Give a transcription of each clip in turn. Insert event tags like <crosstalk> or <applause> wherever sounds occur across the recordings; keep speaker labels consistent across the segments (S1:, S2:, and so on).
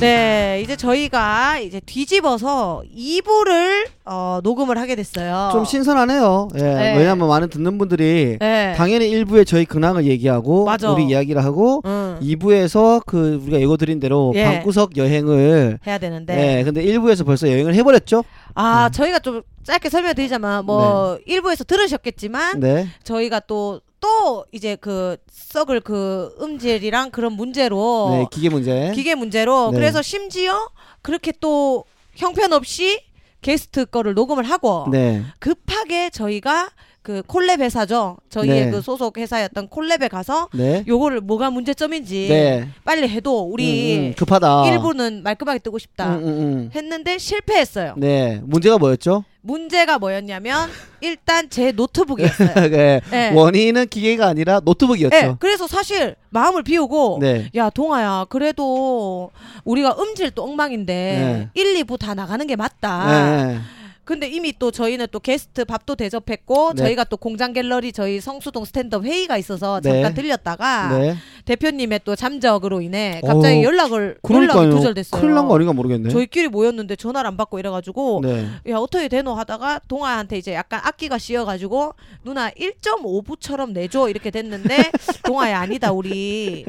S1: 네, 저희가 이제 뒤집어서 2부를 어, 녹음을 하게 됐어요.
S2: 좀 신선하네요. 예.
S1: 네.
S2: 왜냐하면 많은 듣는 분들이
S1: 네.
S2: 당연히 1부에 저희 근황을 얘기하고
S1: 맞아.
S2: 우리 이야기를 하고
S1: 응.
S2: 2부에서 그 우리가 예고 드린 대로
S1: 예.
S2: 방구석 여행을
S1: 해야 되는데.
S2: 네. 음. 근데 1부에서 벌써 여행을 해버렸죠.
S1: 아, 저희가 좀 짧게 설명드리자면 뭐 일부에서 들으셨겠지만
S2: 네.
S1: 저희가 또 또 이제 그 썩을 그 음질이랑 그런 문제로
S2: 네. 기계 문제.
S1: 어. 기계 문제로
S2: 네.
S1: 그래서 심지어 그렇게 또 형편없이 게스트 거를 녹음을 하고
S2: 네.
S1: 급하게 저희가 그 콜랩 회사죠. 저희의
S2: 네.
S1: 그 소속 회사였던 콜랩에 가서
S2: 네.
S1: 요거를 뭐가 문제점인지
S2: 네.
S1: 빨리 해도
S2: 음,
S1: 우리
S2: 음, 급하다.
S1: 일부는 말끔하게 뜨고 싶다
S2: 음, 음, 음.
S1: 했는데 실패했어요.
S2: 네. 문제가 뭐였죠?
S1: 문제가 뭐였냐면 일단 제
S2: <laughs>
S1: 노트북이었어요.
S2: 네.
S1: 네.
S2: 원인은 기계가 아니라
S1: 네,
S2: 노트북이었죠.
S1: 그래서 사실 마음을 비우고
S2: 그렇죠. 네.
S1: 야 동아야 그래도 우리가 음질 또 엉망인데 1, 2부 다 나가는 게 맞다.
S2: 네.
S1: 근데 이미 또 저희는 또 게스트 밥도 대접했고
S2: 네.
S1: 저희가 또 공장 갤러리 저희 성수동 스탠드업 회의가 있어서
S2: 네.
S1: 잠깐 들렸다가
S2: 네.
S1: 대표님의 또 잠적으로 인해 갑자기
S2: 어,
S1: 연락을 연락이
S2: 그러니까요.
S1: 두절됐어요.
S2: 큰일 난 거 아닌가 모르겠네.
S1: 저희끼리 모였는데 전화를 안 받고 이래가지고
S2: 네.
S1: 야 어떻게 되노 하다가 동아한테 이제 약간 악기가 씌여가지고 누나 1.5부처럼 내줘 이렇게
S2: <laughs>
S1: 됐는데 동아야 아니다 우리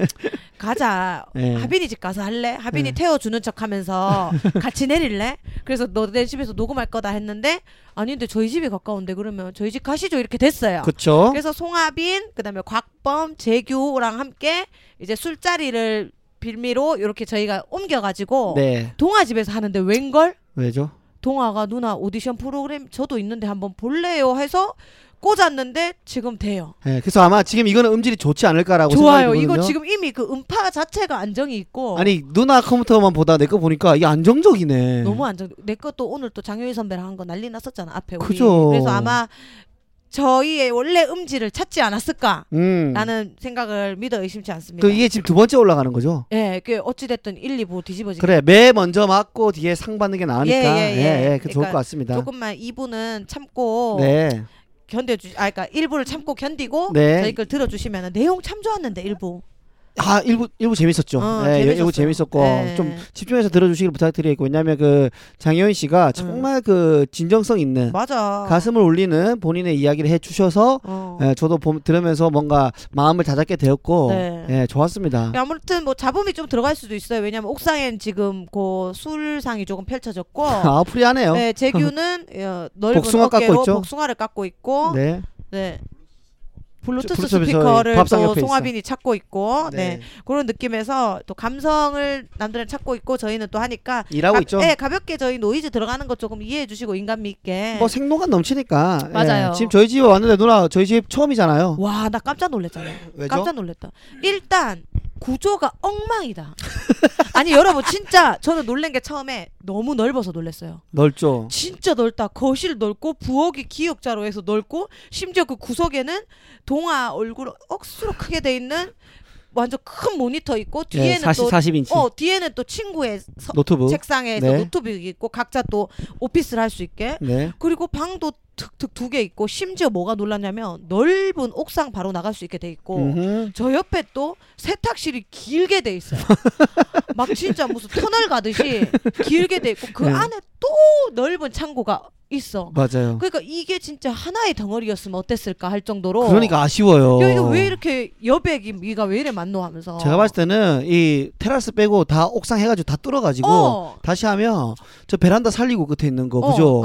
S1: 가자
S2: 네.
S1: 하빈이 집 가서 할래 하빈이
S2: 네.
S1: 태워주는
S2: <laughs>
S1: 척하면서 같이 내릴래 그래서 너 내 집에서 녹음할 거다 했는데 아니 근데 저희 집이 가까운데 그러면 저희 집 가시죠 이렇게 됐어요
S2: 그쵸?
S1: 그래서 송하빈 그다음에 곽범 재규랑 함께 이제 술자리를 빌미로 이렇게 저희가 옮겨가지고
S2: 네.
S1: 동아 집에서 하는데 웬걸
S2: 왜죠?
S1: 동아가 누나 오디션 프로그램 저도 있는데 한번 볼래요 해서 꽂았는데 지금 돼요.
S2: 네, 그래서 아마 지금 이거는 음질이 좋지 않을까라고
S1: 좋아요.
S2: 생각이
S1: 이거
S2: 들거든요.
S1: 지금 어. 이미 그 음파 자체가 안정이 있고
S2: 아니 누나 컴퓨터만 보다 내 거 보니까 이게 안정적이네.
S1: 너무 안정. 내 것도 오늘 또 장효희 선배랑 한 거 난리 났었잖아 앞에 우리.
S2: 그죠.
S1: 그래서 아마 저희의 원래 음질을 찾지 않았을까
S2: 음.
S1: 라는 생각을 믿어 의심치 않습니다.
S2: 그 이게 지금 두 번째 올라가는 거죠.
S1: 예, 그 어찌 됐든 1, 2부 뒤집어지게
S2: 그래 매 먼저 맞고 뒤에 상 받는 게 나으니까
S1: 예, 예, 예.
S2: 그 좋을 것
S1: 그러니까
S2: 같습니다.
S1: 조금만 2부는 참고
S2: 네,
S1: 견뎌주, 아, 그러니까 1부를 참고 견디고
S2: 네.
S1: 저희 걸 들어주시면 내용 참 좋았는데 1부.
S2: 아 일부 일부 재밌었죠.
S1: 어,
S2: 예,
S1: 재밌었어요.
S2: 일부 재밌었고
S1: 예.
S2: 좀 집중해서 들어주시길 부탁드리겠고 왜냐하면 그 장효인 씨가 정말 그 진정성 있는
S1: 음. 맞아.
S2: 가슴을 울리는 본인의 이야기를 해주셔서
S1: 어.
S2: 예, 저도 봄- 들으면서 뭔가 마음을 다잡게 되었고
S1: 네.
S2: 예, 좋았습니다.
S1: 아무튼 뭐 잡음이 좀 들어갈 수도 있어요. 왜냐면 옥상엔 지금 그 술상이 조금 펼쳐졌고,
S2: <laughs> <laughs> 아 프리하네요.
S1: 네
S2: <laughs>
S1: 제규는 어, 넓은
S2: 복숭아 깎고
S1: 어깨로
S2: 있죠?
S1: 복숭아를 깎고 있고, 네,
S2: 네.
S1: 블루투스
S2: 블루투스
S1: 스피커를
S2: 저희 밥상
S1: 또
S2: 옆에
S1: 송하빈이 찾고 있고, 네.
S2: 네.
S1: 그런 느낌에서 또 감성을 남들은 찾고 있고 저희는 또 하니까
S2: 일하고
S1: 가-
S2: 있죠.
S1: 네, 가볍게 저희 노이즈 들어가는 것 조금 이해해 주시고 인간미 있게.
S2: 뭐 생동감 넘치니까. 예,
S1: 맞아요.
S2: 지금 저희 집에 왔는데 누나 저희 집 처음이잖아요.
S1: 와, 나 깜짝 놀랐잖아요.
S2: 왜죠?
S1: 깜짝 놀랐다. 일단 구조가 엉망이다. <laughs> 아니 여러분 진짜 저는 놀란 게 처음에 너무 넓어서 놀랐어요.
S2: 넓죠.
S1: 진짜 넓다. 거실 넓고 부엌이 기역자로 해서 넓고 심지어 그 구석에는 동아 얼굴 억수로 크게 돼 있는 완전 큰 모니터 있고 뒤에는
S2: 예, 40,
S1: 또
S2: 40인치
S1: 어, 뒤에는 또 친구의 서-
S2: 노트북.
S1: 책상에서
S2: 네.
S1: 노트북이 있고 각자 또 오피스를 할 수 있게
S2: 네.
S1: 그리고 방도 툭툭 두 개 있고 심지어 뭐가 놀랐냐면 넓은 옥상 바로 나갈 수 있게 돼 있고
S2: 음흠.
S1: 저 옆에 또 세탁실이 길게 돼
S2: <laughs>
S1: 있어요. 막 진짜 무슨 터널 가듯이 길게 돼 있고 그
S2: 네.
S1: 안에 또 넓은 창고가 있어.
S2: 맞아요.
S1: 그러니까 이게 진짜 하나의 덩어리였으면 어땠을까 할 정도로
S2: 그러니까 아쉬워요.
S1: 야, 이게 왜 이렇게 여백이 이가 왜 이래 많노 하면서
S2: 제가 봤을 때는 이 테라스 빼고 다 옥상 해가지고 다 뚫어가지고
S1: 어.
S2: 다시 하면 저 베란다 살리고 끝에 있는 거
S1: 어,
S2: 그죠?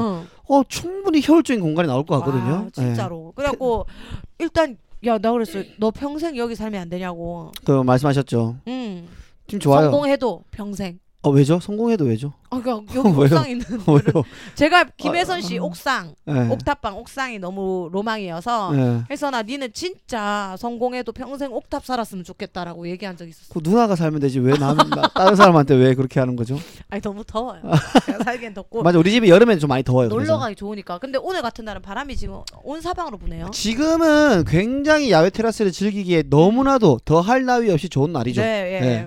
S2: 어,
S1: 응.
S2: 충분히 효율적인 공간이 나올 것
S1: 와,
S2: 같거든요. 네. 예.
S1: 진짜로. 그래갖고 일단 야 나 그랬어. 너 평생 여기 살면 안 되냐고.
S2: 예. 그 말씀하셨죠.
S1: 음.
S2: 지금 좋아요.
S1: 성공해도 평생.
S2: 어 왜죠? 성공해도 왜죠? <laughs>
S1: 아, 그러니까 여기
S2: 왜요?
S1: 옥상 있는
S2: <laughs> 왜요?
S1: <laughs>
S2: 아,
S1: 제가 김혜선 씨 옥상
S2: 예.
S1: 옥탑방 옥상이 너무 로망이어서
S2: 예.
S1: 그래서 나 니는 진짜 성공해도 평생 옥탑 살았으면 좋겠다라고 얘기한 적 있었어.
S2: 그 누나가 살면 되지 왜 남, 나- 다른 사람한테 왜 그렇게 하는 거죠?
S1: 아니 너무
S2: <laughs>
S1: 더워요. 제가 살기엔 덥고
S2: 맞아 우리 집이 여름에는 좀 많이
S1: 어.
S2: 더워요.
S1: 놀러
S2: 그래서.
S1: 가기 좋으니까. 근데 오늘 같은 날은 바람이 지금 온 사방으로
S2: 아,
S1: 부네요.
S2: 지금은 굉장히 야외 테라스를 즐기기에 너무나도 더할 나위 없이 좋은 날이죠.
S1: 네, 예.
S2: 네.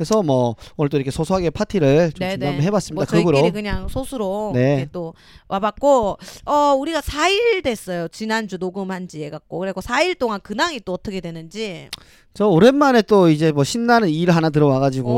S2: 그래서 뭐 오늘 또 이렇게 소소하게 파티를 좀
S1: 네네.
S2: 준비 한번 해봤습니다.
S1: 뭐 저희끼리
S2: 극으로
S1: 그냥 소수로
S2: 네.
S1: 이렇게 또 와봤고 어 우리가 4일 됐어요 지난주 녹음한 지 해갖고 그래갖고 4일 동안 근황이 또 어떻게 되는지
S2: 저 오랜만에 또 이제 뭐 신나는 일 하나 들어와가지고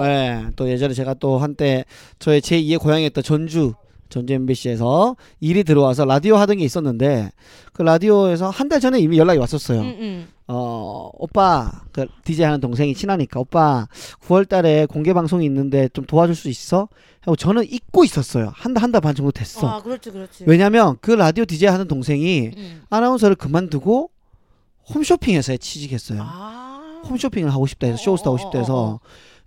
S1: 오.
S2: 예, 또 예전에 제가 또 한때 저의 제 2의 고향이었던 전주 전주 MBC에서 일이 들어와서 라디오 하던 게 있었는데 그 라디오에서 한 달 전에 이미 연락이 왔었어요.
S1: 음, 음.
S2: 어 오빠 그 DJ 하는 동생이 친하니까 오빠 9월달에 공개 방송이 있는데 좀 도와줄 수 있어? 하고 저는 잊고 있었어요. 한 달 한 달 반 정도 됐어.
S1: 아 그렇지 그렇지
S2: 왜냐면 그 라디오 DJ 하는 동생이
S1: 음.
S2: 아나운서를 그만두고 홈쇼핑 회사에 취직했어요.
S1: 아
S2: 홈쇼핑을 하고 싶다 해서
S1: 어,
S2: 쇼호스트 하고
S1: 어,
S2: 싶다
S1: 어,
S2: 해서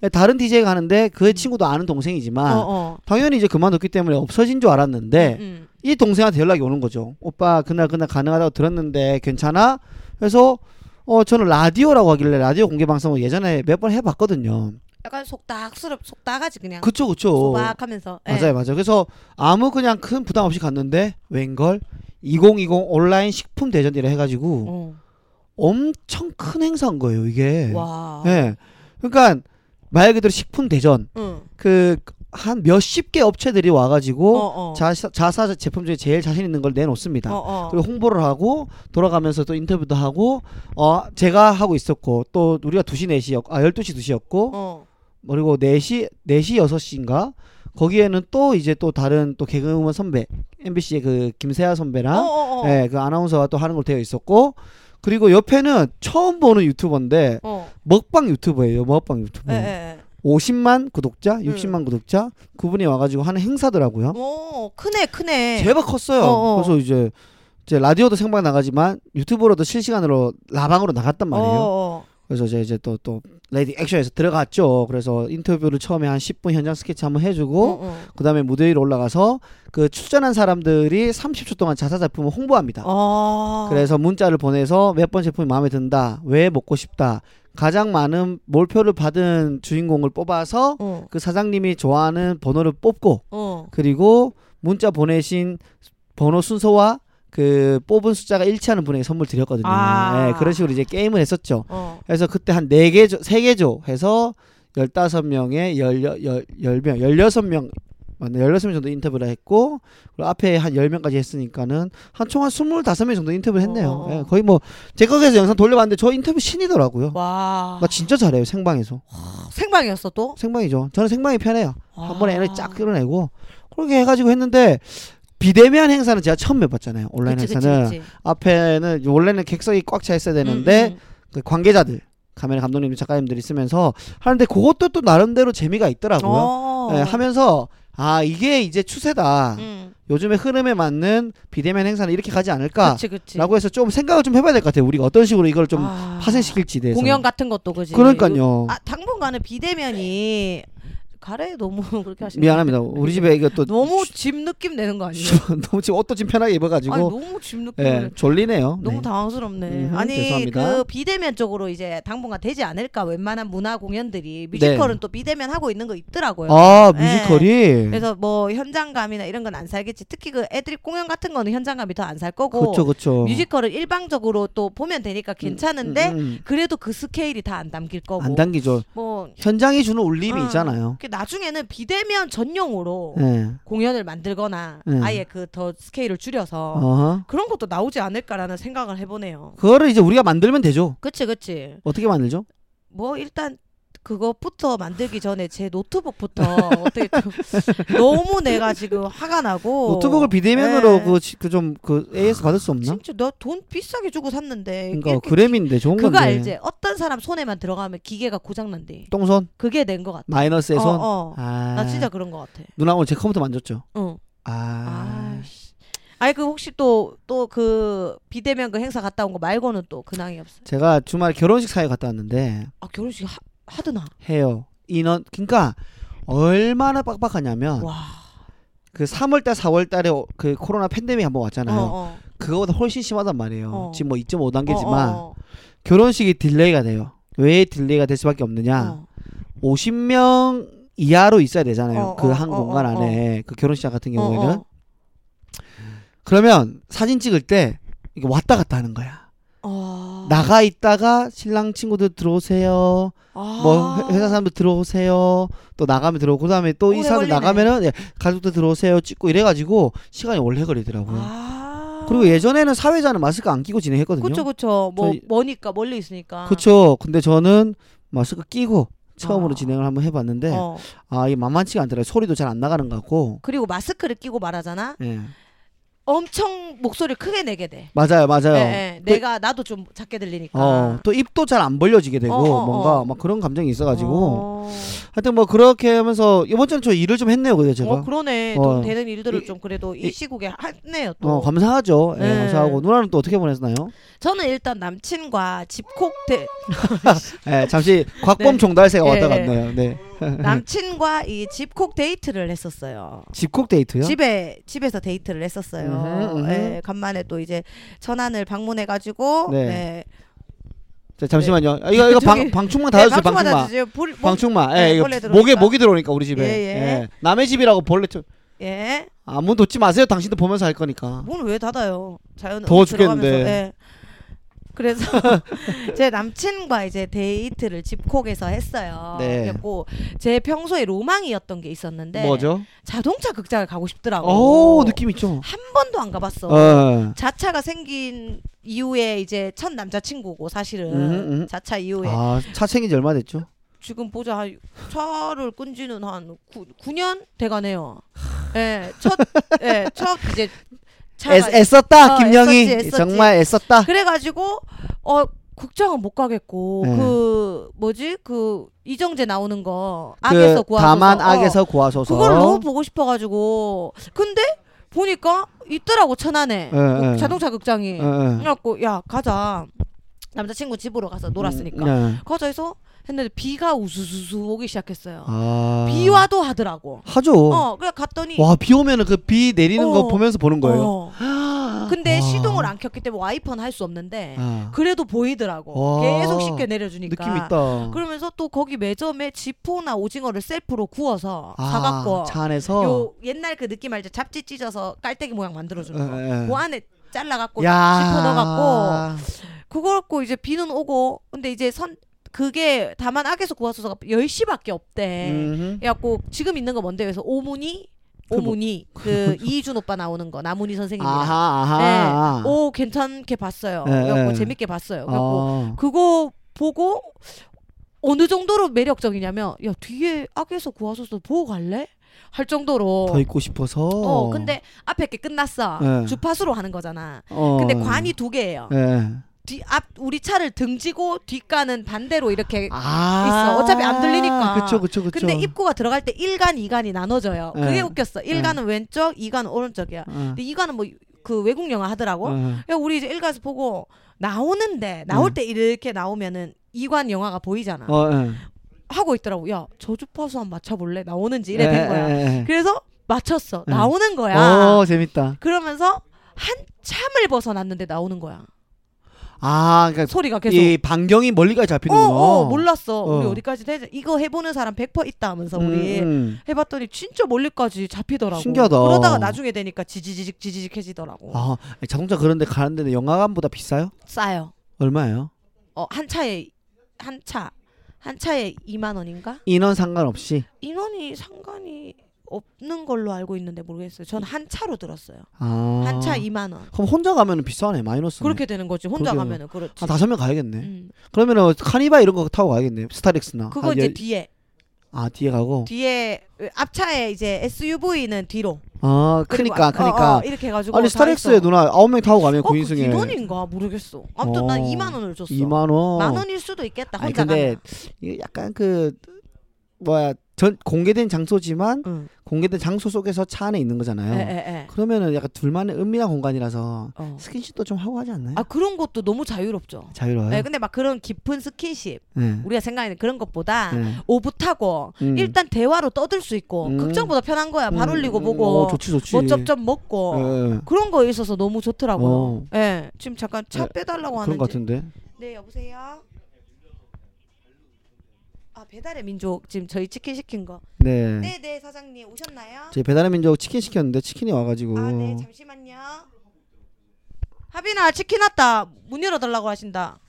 S2: 예, 다른 DJ가 하는데 그 친구도 아는 네. 동생이지만
S1: 어, 어.
S2: 당연히 이제 그만뒀기 때문에 없어진 줄 알았는데
S1: 음,
S2: 이 동생한테 연락이 오는 거죠. 오빠 그날 그날 가능하다고 들었는데 괜찮아? 그래서 어 저는 라디오라고 하길래 라디오 공개 방송을 예전에 몇 번 해봤거든요.
S1: 약간 속닥스럽 속닥하지 그냥
S2: 그쵸 그쵸.
S1: 음. 소박하면서 예.
S2: 맞아요 맞아요. 그래서 아무 그냥 큰 부담 없이 갔는데 웬걸 2020 온라인 식품 대전이라 해가지고
S1: 어.
S2: 엄청 큰 행사인 거예요 이게.
S1: 와
S2: 예. 그러니까 말 그대로 식품 대전
S1: 응.
S2: 그 한 몇십 개 업체들이 와가지고
S1: 어, 어.
S2: 자사, 자사 제품 중에 제일 자신 있는 걸 내놓습니다.
S1: 어, 어.
S2: 그리고 홍보를 하고 돌아가면서 또 인터뷰도 하고 어 제가 하고 있었고 또 우리가 2시 4시였고 아 12시 2시였고
S1: 어.
S2: 그리고 4시 4시 6시인가 거기에는 또 이제 또 다른 또 개그우먼 선배 MBC의 그 김세아
S1: 어,
S2: 선배랑
S1: 어, 어.
S2: 예, 그 아나운서가 또 하는 걸 되어 있었고 그리고 옆에는 처음 보는 유튜버인데
S1: 어.
S2: 먹방 유튜버예요 먹방 유튜버
S1: 예, 예.
S2: 50만 구독자
S1: 음.
S2: 60만 구독자 그분이 와가지고 하는 행사더라고요
S1: 어, 크네 크네
S2: 제법 컸어요.
S1: 어어.
S2: 그래서 이제 이제 라디오도 생방 나가지만 유튜브로도 실시간으로 라방으로 나갔단 말이에요.
S1: 어, 어.
S2: 그래서 이제 이제 또 또 레디 액션에서 들어갔죠. 그래서 인터뷰를 처음에 한 10분 현장 스케치 한번 해주고
S1: 어, 어.
S2: 그다음에 무대 위로 올라가서 그 출전한 사람들이 30초 동안 자사 제품을 홍보합니다.
S1: 아.
S2: 그래서 문자를 보내서 몇 번 제품이 마음에 든다, 왜 먹고 싶다, 가장 많은 몰표를 받은 주인공을 뽑아서
S1: 어.
S2: 그 사장님이 좋아하는 번호를 뽑고
S1: 어.
S2: 그리고 문자 보내신 번호 순서와 그 뽑은 숫자가 일치하는 분에게 선물 드렸거든요.
S1: 아.
S2: 예, 그런 식으로 이제 게임을 했었죠.
S1: 어.
S2: 그래서 그때 한 4개 조, 3개 조 해서 15명에 10명, 16명 맞네. 16명 정도 인터뷰를 했고 그리고 앞에 한 10명까지 했으니까는 한 총 한 25명 정도 인터뷰를 했네요.
S1: 어.
S2: 예, 거의 뭐 제 거기에서 영상 돌려봤는데 저 인터뷰 신이더라고요.
S1: 와.
S2: 나 진짜 잘해요. 생방에서.
S1: 생방이었어 또?
S2: 생방이죠. 저는 생방이 편해요.
S1: 와.
S2: 한 번에 에너지 쫙 끌어내고 그렇게 해가지고 했는데 비대면 행사는 제가 처음 해봤잖아요 온라인
S1: 그치, 그치,
S2: 행사는
S1: 그치.
S2: 앞에는 원래는 객석이 꽉 차 있어야 되는데
S1: 음, 음,
S2: 그 관계자들 카메라 감독님 작가님들 있으면서 하는데 그것도 또 나름대로 재미가
S1: 음.
S2: 있더라고요
S1: 어.
S2: 예, 하면서 아 이게 이제 추세다
S1: 음.
S2: 요즘의 흐름에 맞는 비대면 행사는 이렇게 가지 않을까
S1: 그치 그치.
S2: 그러니까 라고 해서 좀 생각을 좀 해봐야 될 것 같아요 우리가 어떤 식으로 이걸 좀
S1: 아.
S2: 파생시킬지에 대해서
S1: 공연 같은 것도 그지.
S2: 그러니까요
S1: 아 당분간은 비대면이 가래 너무 <laughs> 그렇게 하시는.
S2: 미안합니다 우리 집에 이거 또 <laughs>
S1: 너무 집 느낌 내는 거 아니에요?
S2: 너무 지금 옷도 지금 편하게 입어가지고
S1: 아니 너무 집 느낌.
S2: 예,
S1: 내는-
S2: 졸리네요.
S1: 너무
S2: 네.
S1: 당황스럽네.
S2: 음,
S1: 아니
S2: 죄송합니다.
S1: 그 비대면 쪽으로 이제 당분간 되지 않을까. 웬만한 문화 공연들이 뮤지컬은
S2: 네.
S1: 또 비대면 하고 있는 거 있더라고요.
S2: 아
S1: 예.
S2: 뮤지컬이
S1: 그래서 뭐 현장감이나 이런 건 안 살겠지. 특히 그 애드립 공연 같은 거는 현장감이 더 안 살 거고.
S2: 그쵸 그쵸.
S1: 뮤지컬은 일방적으로 또 보면 되니까 괜찮은데
S2: 음, 음,
S1: 그래도 그 스케일이 다 안 담길 거고
S2: 음. 안 당기죠.
S1: 뭐
S2: 현장이 주는 울림이
S1: 어.
S2: 있잖아요.
S1: 이렇게 나중에는 비대면 전용으로
S2: 예.
S1: 공연을 만들거나
S2: 네.
S1: 아예 그 더 스케일을 줄여서
S2: 어허.
S1: 그런 것도 나오지 않을까라는 생각을 해보네요.
S2: 그거를 이제 우리가 만들면 되죠.
S1: 그치 그치.
S2: 어떻게 만들죠?
S1: 뭐 일단 그것부터 만들기 전에 제
S2: <laughs>
S1: 노트북부터 어떻게 좀 너무 내가 지금 화가 나고
S2: 노트북을 비대면으로
S1: 예.
S2: 그 좀 그 AS 받을 수 없나?
S1: 진짜 나 돈 비싸게 주고 샀는데
S2: 그러니까
S1: 이렇게
S2: 그램인데 좋은
S1: 네, 그거
S2: 건데.
S1: 알지? 어떤 사람 손에만 들어가면 기계가 고장난대.
S2: 똥손
S1: 그게 낸 것 같아.
S2: 마이너스의
S1: 어,
S2: 손.
S1: 어.
S2: 아.
S1: 나 진짜 그런 것 같아.
S2: 누나 오늘 제 컴퓨터 만졌죠.
S1: 응.
S2: 아.
S1: 아씨. 아니 그 혹시 또 또 그 비대면 그 행사 갔다 온 거 말고는 또 근황이 없어요?
S2: 제가 주말 결혼식 사회 갔다 왔는데
S1: 아 결혼식 하, 하드나?
S2: 해요. 인원 그러니까 얼마나 빡빡하냐면
S1: 와.
S2: 그 3월달 4월달에 그 코로나 팬데믹 한번 왔잖아요.
S1: 어, 어.
S2: 그거보다 훨씬 심하단 말이에요.
S1: 어.
S2: 지금 뭐 2.5단계지만
S1: 어, 어,
S2: 결혼식이 딜레이가 돼요. 왜 딜레이가 될 수밖에
S1: 어.
S2: 없느냐?
S1: 어.
S2: 50명 이하로 있어야 되잖아요.
S1: 어,
S2: 그
S1: 어,
S2: 한
S1: 어,
S2: 공간
S1: 어, 어.
S2: 안에 그 결혼식장 같은 경우에는
S1: 어,
S2: 그러면 사진 찍을 때 이게 왔다 갔다 하는 거야.
S1: 어.
S2: 나가 있다가 신랑 친구들 들어오세요.
S1: 아.
S2: 뭐 회- 회사 사람들 들어오세요. 또 나가면 들어오고 그다음에 또 이
S1: 오래
S2: 사람들
S1: 걸리네.
S2: 나가면은 예, 가족들 들어오세요. 찍고 이래가지고 시간이 오래 걸리더라고요.
S1: 아.
S2: 그리고 예전에는 사회자는 마스크 안 끼고 진행했거든요.
S1: 그쵸 아. 그쵸 뭐
S2: 저희-
S1: 머니까 멀리 있으니까
S2: 그쵸. 근데 저는 마스크 끼고 처음으로
S1: 아.
S2: 진행을 한번 해봤는데
S1: 어.
S2: 아 이게 만만치가 않더라고요. 소리도 잘 안 나가는 것 같고.
S1: 그리고 마스크를 끼고 말하잖아
S2: 예.
S1: 엄청 목소리를 크게 내게 돼
S2: 맞아요, 맞아요.
S1: 예, 예.
S2: 또-
S1: 내가 나도 좀 작게 들리니까
S2: 어, 또 입도 잘 안 벌려지게 되고
S1: 아. 어, 어,
S2: 뭔가
S1: 어.
S2: 막 그런 감정이 있어가지고
S1: 어.
S2: 하여튼 뭐 그렇게 하면서 이번 주는 저 일을 좀 했네요, 그죠 제가.
S1: 어, 그러네 좀
S2: 어.
S1: 되는 일들을
S2: 이-
S1: 좀 그래도 이,
S2: 이-
S1: 시국에 했네요 또
S2: 어, 감사하죠. 예,
S1: 네.
S2: 감사하고 누나는 또 어떻게 보냈나요?
S1: 저는 일단 남친과 집콕대
S2: 예,
S1: <laughs>
S2: 잠시 곽범
S1: 네.
S2: 종달새가
S1: 예,
S2: 왔다
S1: 예.
S2: 갔네요. 네,
S1: 남친과 이 집콕 데이트를 했었어요.
S2: 집콕 데이트요.
S1: 집에 집에서 데이트를 했었어요.
S2: 음흠, 음흠.
S1: 예, 간만에 또 이제 천안을 방문해가지고
S2: 네.
S1: 네.
S2: 자, 잠시만요. 아, 이거 이거 방
S1: 저기-
S2: 방충망
S1: 그
S2: 닫아주세요.
S1: 네, 방충망
S2: 방충망.
S1: 닫아주세요. 불- 뭐-
S2: 방충망. 예,
S1: 네,
S2: 이거
S1: 벌레
S2: 목에
S1: 들어오니까.
S2: 목이 들어오니까 우리 집에.
S1: 예, 예.
S2: 남의 집이라고 벌레 쳐.
S1: 예.
S2: 아무 도지 마세요. 당신도 보면서 할 거니까.
S1: 문을 왜 닫아요? 자연
S2: 더워
S1: 들어가면서.
S2: 죽겠는데.
S1: 예. 그래서 <laughs> 제 남친과 이제 데이트를 집콕에서 했어요.
S2: 네.
S1: 그래갖고 제 평소에 로망이었던 게 있었는데
S2: 뭐죠?
S1: 자동차 극장을 가고 싶더라고.
S2: 오, 느낌 있죠.
S1: 한 번도 안 가봤어.
S2: 어.
S1: 자차가 생긴 이후에 이제 첫 남자친구고 사실은
S2: 음, 음.
S1: 자차 이후에
S2: 아, 차 생긴 지 얼마 됐죠?
S1: 지금 보자 한 차를 끈 지는 한 9, 9년 돼가네요. 예, 첫, 예, 첫 이제 차가
S2: 애, 애썼다
S1: 어,
S2: 김영희
S1: 애썼지, 애썼지.
S2: 정말
S1: <laughs>
S2: 애썼다
S1: 그래가지고 어 극장은 못 가겠고
S2: 네.
S1: 그 뭐지 그 이정재 나오는 거
S2: 그
S1: 악에서 구하소서
S2: 다만
S1: 어,
S2: 악에서 구하소서
S1: 그걸 너무 보고 싶어가지고 근데 보니까 있더라고 천안에
S2: 예, 예.
S1: 그 자동차 극장이
S2: 예, 예.
S1: 그래갖고 야 가자 남자친구 집으로 가서 놀았으니까
S2: 음, 네.
S1: 거기서 했는데 비가 우수수수 오기 시작했어요
S2: 아...
S1: 비와도 하더라고
S2: 하죠
S1: 어 그래 갔더니
S2: 와 비 오면은 그 비 내리는
S1: 어.
S2: 거 보면서 보는 거예요
S1: 어. 근데
S2: <gasps> 와.
S1: 시동을 안 켰기 때문에 와이퍼는 할 수 없는데
S2: 아,
S1: 그래도 보이더라고.
S2: 와.
S1: 계속 쉽게 내려주니까.
S2: 느낌 있다
S1: 그러면서 또 거기 매점에 지포나 오징어를 셀프로 구워서
S2: 아,
S1: 사갖고
S2: 차 안에서
S1: 요 옛날 그 느낌 알죠? 잡지 찢어서 깔때기 모양 만들어주는 거.
S2: 예, 예.
S1: 그 안에 잘라갖고
S2: 야.
S1: 지퍼 넣어갖고. 그거 갖고 이제 비는 오고 근데 이제 선 그게 다만 악에서 구하소서가 10시밖에 없대.
S2: 음흠.
S1: 그래갖고 지금 있는 거 뭔데? 그래서 오문이
S2: 그 뭐-
S1: 오문이
S2: <laughs>
S1: 그 이준 오빠 나오는 거 나문희 선생님이랑
S2: 아하 어. 아하
S1: 네. 오 괜찮게 봤어요.
S2: 네,
S1: 그래갖고
S2: 네.
S1: 재밌게 봤어요. 그래갖고
S2: 아.
S1: 그거 보고 어느 정도로 매력적이냐면 야 뒤에 악에서 구하소서 보고 갈래? 할 정도로
S2: 더 있고 싶어서
S1: 어 근데 앞에 게 끝났어.
S2: 네.
S1: 주파수로 하는 거잖아.
S2: 어.
S1: 근데 관이 두 개예요.
S2: 예.
S1: 뒤 앞 우리 차를 등지고 뒷간은 반대로 이렇게
S2: 아
S1: 있어. 어차피 안 들리니까.
S2: 그쵸 그쵸 그쵸
S1: 근데 입구가 들어갈 때 1간, 2간이 나눠져요.
S2: 네.
S1: 그게 웃겼어. 1간은 왼쪽, 2간은 오른쪽이야.
S2: 어.
S1: 근데 2간은 뭐 그 외국 영화 하더라고.
S2: 어.
S1: 야, 우리 이제 1가서 보고 나오는데 나올
S2: 응.
S1: 때 이렇게 나오면은 2관 영화가 보이잖아.
S2: 어, 예.
S1: 하고 있더라고. 야, 저주파수 한번 맞춰볼래? 나오는지 이래 된 거야.
S2: 예, 예, 예.
S1: 그래서 맞췄어.
S2: 예.
S1: 나오는 거야.
S2: 오 재밌다.
S1: 그러면서 한참을 벗어났는데 나오는 거야.
S2: 아 그러니까
S1: 소리가 계속.
S2: 이 반경이 멀리까지
S1: 어,
S2: 잡히는구나.
S1: 어, 몰랐어. 우리
S2: 어.
S1: 어디까지 되지? 이거 해보는 사람 100% 있다 하면서
S2: 음,
S1: 우리
S2: 음.
S1: 해봤더니 진짜 멀리까지 잡히더라고.
S2: 신기하다.
S1: 그러다가 나중에 되니까 지지직 지지직해지더라고.
S2: 아 자동차 그런데 가는데 영화관보다 비싸요?
S1: 싸요.
S2: 얼마예요?
S1: 어, 한 차에 한 차. 한 차에 2만 원인가?
S2: 인원 상관없이.
S1: 인원이 상관이 없는 걸로 알고 있는데 모르겠어요. 전 한 차로 들었어요.
S2: 음. 아.
S1: 한 차 2만 원.
S2: 그럼 혼자 가면은 비싸네 마이너스.
S1: 그렇게 되는 거지. 혼자
S2: 그러게요.
S1: 가면은 그렇지.
S2: 한 다섯 명 가야겠네.
S1: 음.
S2: 그러면은 카니발 이런 거 타고 가야겠네. 스타렉스나.
S1: 그거
S2: 한
S1: 이제
S2: 열-
S1: 뒤에
S2: 아 뒤에 가고.
S1: 뒤에 앞차에 이제 SUV는 뒤로.
S2: 아
S1: 그리고
S2: 크니까
S1: 앞-
S2: 크니까.
S1: 어, 어, 이렇게 해가지고
S2: 아니
S1: 다
S2: 스타렉스에
S1: 있어.
S2: 누나 아홉 명 타고 가면
S1: 어, 그
S2: 구인승에
S1: 기본인가 모르겠어. 아무튼
S2: 어.
S1: 난 2만 원을 줬어.
S2: 2만 원.
S1: 만 원일 수도 있겠다.
S2: 아니
S1: 혼자
S2: 근데
S1: 가면.
S2: 이게 약간 그 뭐야 전 공개된 장소지만
S1: 응.
S2: 공개된 장소 속에서 차 안에 있는 거잖아요.
S1: 에에에.
S2: 그러면은 약간 둘만의 은밀한 공간이라서
S1: 네, 어.
S2: 스킨십도 좀 하고 하지 않나요?
S1: 아 그런 것도 너무 자유롭죠.
S2: 자유로워요.
S1: 네, 근데 막 그런 깊은 스킨십
S2: 네.
S1: 우리가 생각하는 그런 것보다
S2: 네.
S1: 오붓하고
S2: 음.
S1: 어, 일단 대화로 떠들 수 있고
S2: 음.
S1: 극장보다 편한 거야. 발
S2: 음,
S1: 올리고
S2: 음,
S1: 보고
S2: 어, 좋지 좋지.
S1: 멋쩝쩝 먹고
S2: 예, 예.
S1: 그런 거에 있어서 너무 좋더라고요.
S2: 어.
S1: 예. 지금 잠깐 차
S2: 예,
S1: 빼달라고
S2: 그런
S1: 하는데.
S2: 것 같은데.
S1: 네, 여보세요. 아, 배달의 민족 지금 저희 치킨 시킨 거.
S2: 네.
S1: 네, 네, 사장님 오셨나요?
S2: 저희 배달의 민족 치킨 시켰는데 치킨이 와가지고.
S1: 아, 네, 잠시만요. 하빈아, 치킨 왔다. 문 열어 달라고 하신다.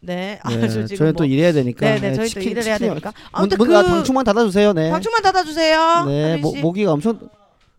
S1: 네.
S2: 네,
S1: 아주 지금
S2: 저희는 또 일해야 되니까.
S1: 네, 네,
S2: 네,
S1: 저희 또
S2: 치킨-
S1: 일을 해야
S2: 치킨이
S1: 되니까.
S2: 문-
S1: 아무튼
S2: 뭔가
S1: 그
S2: 방충망 닫아주세요. 네.
S1: 방충망 닫아주세요.
S2: 네,
S1: 하빈
S2: 모,
S1: 씨.
S2: 모기가 엄청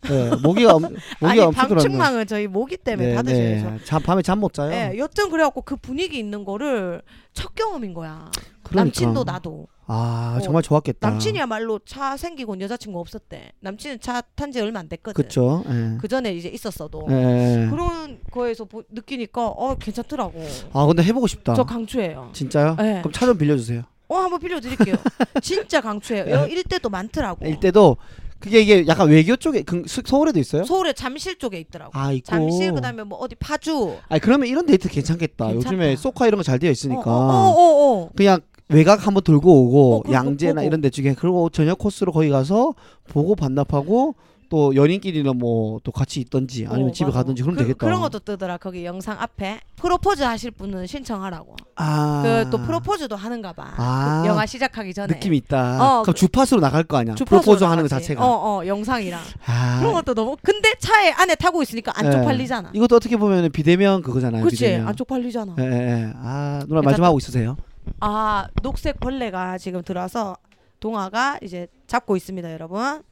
S1: <laughs>
S2: 네, 모기가 엄, 모기가
S1: 아니
S2: 엄청 들었네. 네, 아.
S1: 방충망은 저희 모기 때문에 닫으셔야죠.
S2: 잠 밤에 잠 못 자요.
S1: 네, 여튼 그래갖고 그 분위기 있는 거를 첫 경험인 거야.
S2: 그러니까.
S1: 남친도 나도.
S2: 아
S1: 어,
S2: 정말 좋았겠다.
S1: 남친이야말로 차 생기고 여자친구 없었대. 남친은 차 탄 지 얼마 안 됐거든.
S2: 그쵸. 예.
S1: 그 전에 이제 있었어도
S2: 예.
S1: 그런 거에서 보- 느끼니까 어 괜찮더라고.
S2: 아 근데 해보고 싶다.
S1: 저 강추해요.
S2: 진짜요?
S1: 네.
S2: 그럼 차 좀 빌려주세요.
S1: 어 한번
S2: <laughs>
S1: 빌려드릴게요. 진짜 강추해요. 여- 이럴 때도 많더라고.
S2: 네. 일때도 그게 이게 약간 외교 쪽에 근- 수- 서울에도 있어요?
S1: 서울에 잠실 쪽에 있더라고.
S2: 아 있고.
S1: 잠실 그다음에 뭐 어디 파주.
S2: 아 그러면 이런 데이트 괜찮겠다.
S1: 괜찮다.
S2: 요즘에 소카 이런 거 잘 되어 있으니까
S1: 어어어어.
S2: 그냥 외곽 한번 돌고 오고
S1: 어, 그리고
S2: 양재나
S1: 보고.
S2: 이런 데 중에 그리고 저녁 코스로 거기 가서 보고 반납하고 또 연인끼리는 뭐 또 같이 있던지 아니면
S1: 어,
S2: 집에
S1: 맞아.
S2: 가든지 그러면
S1: 그,
S2: 되겠다.
S1: 그런 것도 뜨더라. 거기 영상 앞에 프로포즈 하실 분은 신청하라고.
S2: 아.
S1: 그 또 프로포즈도 하는가 봐.
S2: 아.
S1: 그 영화 시작하기 전에.
S2: 느낌이 있다.
S1: 어, 그-
S2: 그럼 주파수로 나갈 거 아니야.
S1: 주파수로
S2: 프로포즈 하는 거
S1: 나가지.
S2: 자체가.
S1: 어, 어, 영상이랑.
S2: 아,
S1: 그런 것도 너무. 근데 차에 안에 타고 있으니까 안
S2: 예.
S1: 쪽팔리잖아.
S2: 이것도 어떻게 보면 비대면 그거잖아요.
S1: 그치?
S2: 비대면.
S1: 안 쪽팔리잖아.
S2: 예, 예, 예. 아 누나 말 좀
S1: 괜찮다.
S2: 하고 있으세요.
S1: 아, 녹색 벌레가 지금 들어와서 동아가 이제 잡고 있습니다, 여러분.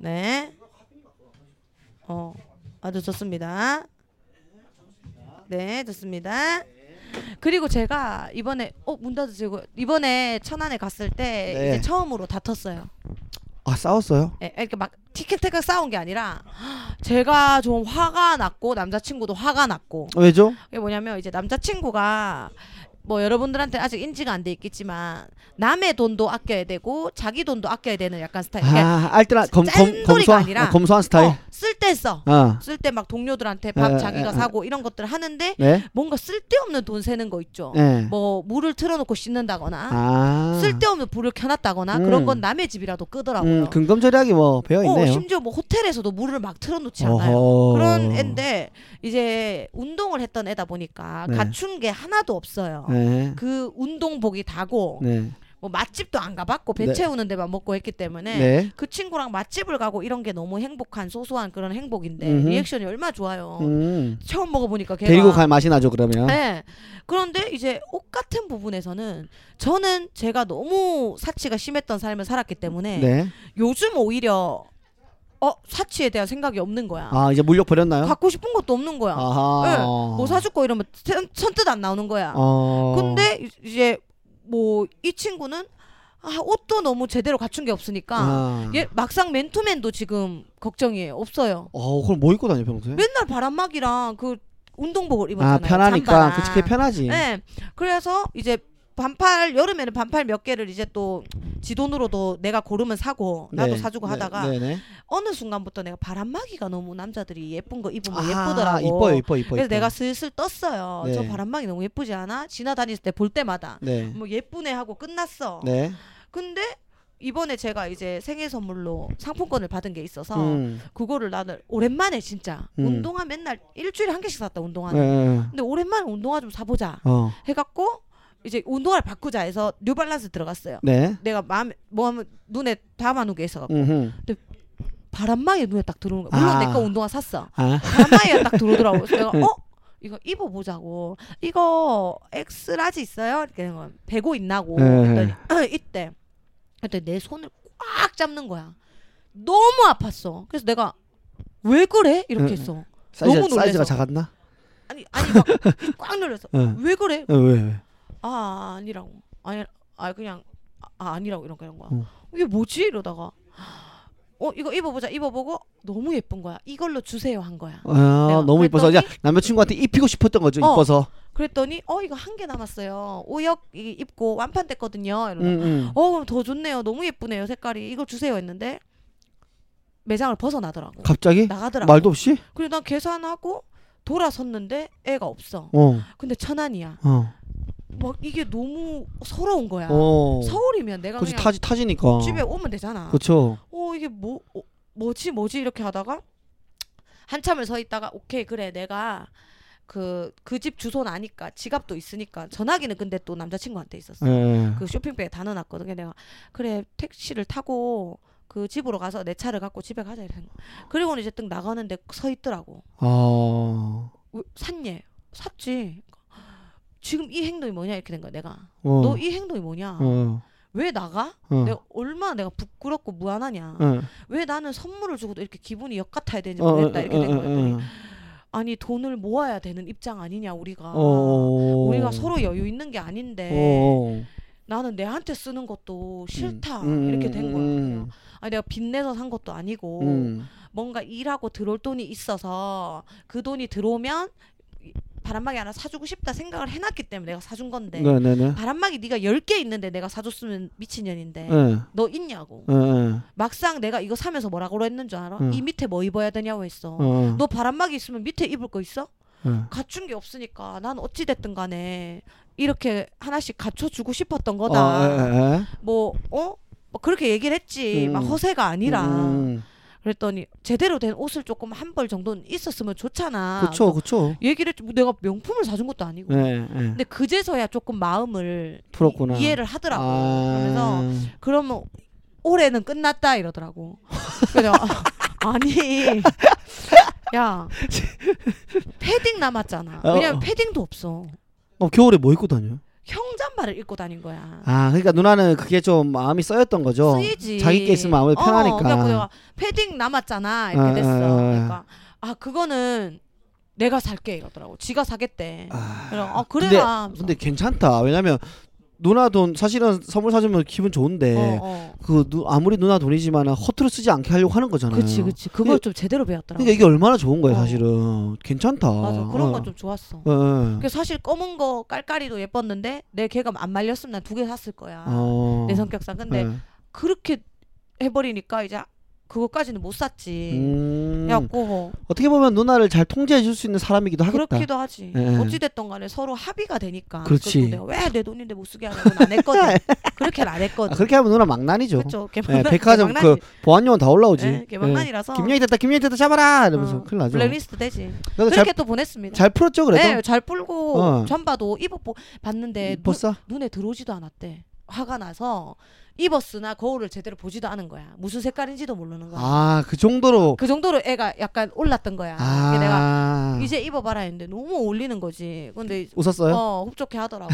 S1: 네. 어, 아주 좋습니다. 네, 좋습니다. 그리고 제가 이번에 어 문 닫으시고 이번에 천안에 갔을 때
S2: 네.
S1: 이제 처음으로 다퉜어요.
S2: 아 싸웠어요?
S1: 예, 이렇게 막 티켓태격 싸운 게 아니라 제가 좀 화가 났고 남자친구도 화가 났고
S2: 어, 왜죠?
S1: 그게 뭐냐면 이제 남자친구가 뭐 여러분들한테 아직 인지가 안 돼 있겠지만 남의 돈도 아껴야 되고 자기 돈도 아껴야 되는 약간 스타일. 그러니까
S2: 아 알뜰한 검, 검,
S1: 짠돌이가
S2: 검소한
S1: 아니라
S2: 아, 검소한 스타일.
S1: 어, 쓸때 써.
S2: 아
S1: 쓸 때 막 동료들한테 밥
S2: 에,
S1: 자기가
S2: 에, 에.
S1: 사고 이런 것들 하는데
S2: 네.
S1: 뭔가 쓸데없는 돈 세는 거 있죠.
S2: 네.
S1: 뭐 물을 틀어놓고 씻는다거나
S2: 아
S1: 쓸데없는 불을 켜놨다거나
S2: 음.
S1: 그런 건 남의 집이라도 끄더라고요.
S2: 음, 근검 절약이 뭐 배어
S1: 어,
S2: 있네요.
S1: 심지어 뭐 호텔에서도 물을 막 틀어놓지 않아요. 그런
S2: 네.
S1: 앤데 이제 운동을 했던 애다 보니까
S2: 네.
S1: 갖춘 게 하나도 없어요.
S2: 네.
S1: 그 운동복이 다고
S2: 네.
S1: 뭐 맛집도 안 가봤고 배
S2: 네.
S1: 채우는 데만 먹고 했기 때문에
S2: 네.
S1: 그 친구랑 맛집을 가고 이런 게 너무 행복한 소소한 그런 행복인데
S2: 음흠.
S1: 리액션이 얼마 나 좋아요.
S2: 음.
S1: 처음 먹어보니까 어, 걔가
S2: 데리고 갈 맛이 나죠 그러면.
S1: 네. 그런데 이제 옷 같은 부분에서는 저는 제가 너무 사치가 심했던 삶을 살았기 때문에
S2: 네.
S1: 요즘 오히려 어 사치에 대한 생각이 없는 거야.
S2: 아 이제 물력 버렸나요?
S1: 갖고 싶은 것도 없는 거야.
S2: 아하.
S1: 네, 뭐 사주고 이러면 선- 선뜻 안 나오는 거야.
S2: 어.
S1: 근데 이- 이제 뭐 이 친구는 아, 옷도 너무 제대로 갖춘 게 없으니까
S2: 아.
S1: 얘 막상 맨투맨도 지금 걱정이에요. 없어요.
S2: 어 그럼 뭐 입고 다녀 평소에?
S1: 맨날 바람막이랑 그 운동복을 입었잖아요.
S2: 아 편하니까
S1: 잠바랑.
S2: 그치 그게 편하지.
S1: 네. 그래서 이제 반팔 여름에는 반팔 몇 개를 이제 또 지 돈으로도 내가 고르면 사고 나도
S2: 네,
S1: 사주고
S2: 네,
S1: 하다가
S2: 네, 네.
S1: 어느 순간부터 내가 바람막이가 너무 남자들이 예쁜 거 입으면
S2: 아,
S1: 예쁘더라고.
S2: 이뻐요, 이뻐, 이뻐.
S1: 그래서
S2: 이뻐.
S1: 내가 슬슬 떴어요.
S2: 네.
S1: 저 바람막이 너무 예쁘지 않아? 지나다닐 때 볼 때마다
S2: 네.
S1: 뭐 예쁘네 하고 끝났어.
S2: 네.
S1: 근데 이번에 제가 이제 생일 선물로 상품권을 받은 게 있어서
S2: 음.
S1: 그거를 나는 오랜만에 진짜
S2: 음.
S1: 운동화 맨날 일주일에 한 개씩 샀다 운동화는.
S2: 네.
S1: 근데 오랜만에 운동화 좀 사보자
S2: 어.
S1: 해갖고 이제 운동화를 바꾸자 해서 뉴발란스 들어갔어요.
S2: 네.
S1: 내가 마음에 뭐 하면 눈에 담아놓은 게 있어갖고
S2: 음.
S1: 바람막이 눈에 딱 들어오는 거야. 물론
S2: 아.
S1: 내 거 운동화 샀어.
S2: 아.
S1: 가마에 딱 들어오더라고. 그래서
S2: <laughs>
S1: 내가 어 이거 입어보자고. 이거 엑스라지 있어요? 이렇게 된 거야. 배고 있나고.
S2: 네.
S1: 그랬더니 이때 그때 내 손을 꽉 잡는 거야. 너무 아팠어. 그래서 내가 왜 그래? 이렇게
S2: 네.
S1: 했어.
S2: 사이즈가,
S1: 너무 놀라서.
S2: 사이즈가 작았나?
S1: 아니 아니 막 꽉 눌려서
S2: 응.
S1: 왜 그래?
S2: 어, 왜, 왜?
S1: 아 아니라고. 아니 아 그냥 아, 아 아니라고 이런 거 이런 거야.
S2: 어.
S1: 이게 뭐지 이러다가 어 이거 입어보자 입어보고 너무 예쁜 거야. 이걸로 주세요 한 거야.
S2: 아,
S1: 내가
S2: 너무 이뻐서 그냥
S1: 그랬더니-
S2: 남자친구한테 입히고 싶었던 거죠.
S1: 네, 어.
S2: 이뻐서.
S1: 그랬더니 어 이거 한 개 남았어요. 오역 이- 입고 완판됐거든요. 이러면
S2: 음, 음.
S1: 어 그럼 더 좋네요. 너무 예쁘네요 색깔이. 이거 주세요 했는데 매장을 벗어나더라고.
S2: 갑자기?
S1: 나가더라고.
S2: 말도 없이?
S1: 그리고 난 계산하고 돌아섰는데 애가 없어.
S2: 어.
S1: 근데 천안이야.
S2: 어.
S1: 막 이게 너무 서러운 거야.
S2: 어.
S1: 서울이면 내가
S2: 그렇지
S1: 그냥
S2: 타지 타지니까.
S1: 집에 오면 되잖아.
S2: 그렇죠.
S1: 어 이게 뭐 어, 뭐지 뭐지 이렇게 하다가 한참을 서 있다가 오케이 그래 내가 그 그 집 주소는 아니까 지갑도 있으니까 전화기는 근데 또 남자친구한테 있었어.
S2: 예, 예.
S1: 그 쇼핑백에 다 넣어놨거든. 그래서 내가 그래 택시를 타고 그 집으로 가서 내 차를 갖고 집에 가자 이랬는 거. 그리고는 이제 딱그 나가는데 서 있더라고.
S2: 아.
S1: 왜 샀니? 그러니까 샀지. 지금 이 행동이 뭐냐 이렇게 된 거야 내가
S2: 어.
S1: 너 이 행동이 뭐냐
S2: 어.
S1: 왜 나가
S2: 어.
S1: 내가 얼마나 내가 부끄럽고 무안하냐
S2: 어.
S1: 왜 나는 선물을 주고도 이렇게 기분이 역같아야 되는지
S2: 어, 어,
S1: 모르겠다 이렇게 된
S2: 어,
S1: 거야
S2: 어,
S1: 했더니
S2: 어.
S1: 아니 돈을 모아야 되는 입장 아니냐 우리가
S2: 어.
S1: 우리가 서로 여유 있는 게 아닌데
S2: 어.
S1: 나는 내한테 쓰는 것도 싫다
S2: 음,
S1: 이렇게
S2: 음,
S1: 된 거야
S2: 음,
S1: 그냥. 아니 내가 빚내서 산 것도 아니고
S2: 음.
S1: 뭔가 일하고 들어올 돈이 있어서 그 돈이 들어오면 바람막이 하나 사주고 싶다 생각을 해놨기 때문에 내가 사준 건데
S2: 네, 네, 네.
S1: 바람막이 네가 10개 있는데 내가 사줬으면 미친년인데
S2: 예.
S1: 너 있냐고
S2: 예, 예.
S1: 막상 내가 이거 사면서 뭐라고 했는 줄 알아?
S2: 응.
S1: 이 밑에 뭐 입어야 되냐고 했어
S2: 어.
S1: 너 바람막이 있으면 밑에 입을 거 있어?
S2: 예.
S1: 갖춘 게 없으니까 난 어찌 됐든 간에 이렇게 하나씩 갖춰주고 싶었던
S2: 어,
S1: 거다.
S2: 예, 예.
S1: 뭐 어? 뭐 그렇게 얘기를 했지.
S2: 음.
S1: 막 허세가 아니라.
S2: 음.
S1: 그랬더니 제대로 된 옷을 조금 한 벌 정도는 있었으면 좋잖아. 네.
S2: 그쵸, 그쵸.
S1: 얘기를 했지. 뭐 내가 명품을 사준 것도 아니고.
S2: 예, 예.
S1: 근데 그제서야 조금 마음을
S2: 풀었구나.
S1: 이, 해를 하더라고.
S2: 아.
S1: 그러면서 그러면 올해는 끝났다 이러더라고. 그래서 아, 아니 야 패딩 남았잖아.
S2: 어,
S1: 왜냐면
S2: 어.
S1: 패딩도 없어.
S2: 어, 겨울에 뭐 입고 다녀?
S1: 형잠바를 입고 다닌 거야.
S2: 아, 그러니까 누나는 그게 좀 마음이 써였던 거죠.
S1: 쓰이지.
S2: 자기 게 있으면 아무래도
S1: 어,
S2: 편하니까.
S1: 그래갖고 내가 패딩 남았잖아
S2: 아, 아,
S1: 이렇게 됐어.
S2: 아, 아.
S1: 그러니까 아 그거는 내가 살게 이러더라고. 지가 사겠대.
S2: 아.
S1: 그래, 아 그래라. 하면서.
S2: 근데 괜찮다. 왜냐면 누나 돈 사실은 선물 사주면 기분 좋은데
S1: 어, 어.
S2: 그 누, 아무리 누나 돈이지만 허투루 쓰지 않게 하려고 하는 거잖아요.
S1: 그치 그치. 그걸 좀 제대로 배웠더라고.
S2: 그러니까 이게 얼마나 좋은 거야
S1: 어.
S2: 사실은. 괜찮다.
S1: 맞아. 그런 건 좀 좋았어.
S2: 어. 어.
S1: 그 사실 검은 거 깔깔이도 예뻤는데 내 걔가 안 말렸으면 난 두 개 샀을 거야.
S2: 어.
S1: 내 성격상 근데
S2: 네.
S1: 그렇게 해버리니까 이제 그거까지는 못 샀지.
S2: 음.
S1: 그래갖고
S2: 어떻게 보면 누나를 잘 통제해 줄 수 있는 사람이기도 하겠다.
S1: 그렇기도 하지.
S2: 예.
S1: 어찌됐든 간에 서로 합의가 되니까.
S2: 그렇지.
S1: 그것도 내가 왜 내 돈인데 못 쓰게 하냐고 안
S2: <laughs>
S1: 했거든. 그렇게는 안
S2: 아,
S1: 했거든.
S2: 그렇게 하면 누나 망난이죠.
S1: 그렇죠. <laughs>
S2: 예, 백화점 그 보안요원 다 올라오지.
S1: 예,
S2: 예.
S1: 개망난이라서
S2: 김영희 됐다, 김영희 됐다 잡아라 이러면서
S1: 어,
S2: 큰일 나죠.
S1: 블랙리스트 되지.
S2: 나도
S1: 그렇게
S2: 잘,
S1: 또 보냈습니다.
S2: 잘 풀었죠 그래도.
S1: 네, 잘 풀고
S2: 어.
S1: 잠바도 입어 보- 봤는데 눈-
S2: 벌써
S1: 눈에 들어오지도 않았대. 화가 나서 입었으나 거울을 제대로 보지도 않은 거야. 무슨 색깔인지도 모르는 거야.
S2: 아그 정도로
S1: 그 정도로 애가 약간 올랐던 거야.
S2: 아
S1: 이게 내가 이제 입어봐라 했는데 너무 어울리는 거지. 근데 이제
S2: 웃었어요?
S1: 어 흡족해
S2: <laughs>
S1: 하더라고.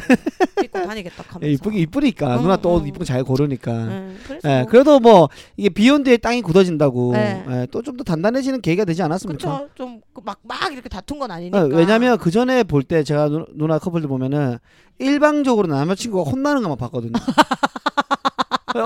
S1: 입고 다니겠다 하면서.
S2: 예, 이쁘게 이쁘니까
S1: 응,
S2: 누나 또
S1: 응.
S2: 이쁜 거잘 고르니까.
S1: 어, 응, 그래서
S2: 예, 그래도 뭐 이게 비온 뒤에 땅이 굳어진다고 예,
S1: 네.
S2: 또 좀 더 단단해지는 계기가 되지 않았습니까?
S1: 그쵸 좀막막 막 이렇게 다툰 건 아니니까.
S2: 예, 왜냐면 그 전에 볼 때 제가 누, 누나 커플들 보면은 일방적으로 남자친구가 혼나는 것만 봤거든요. <laughs>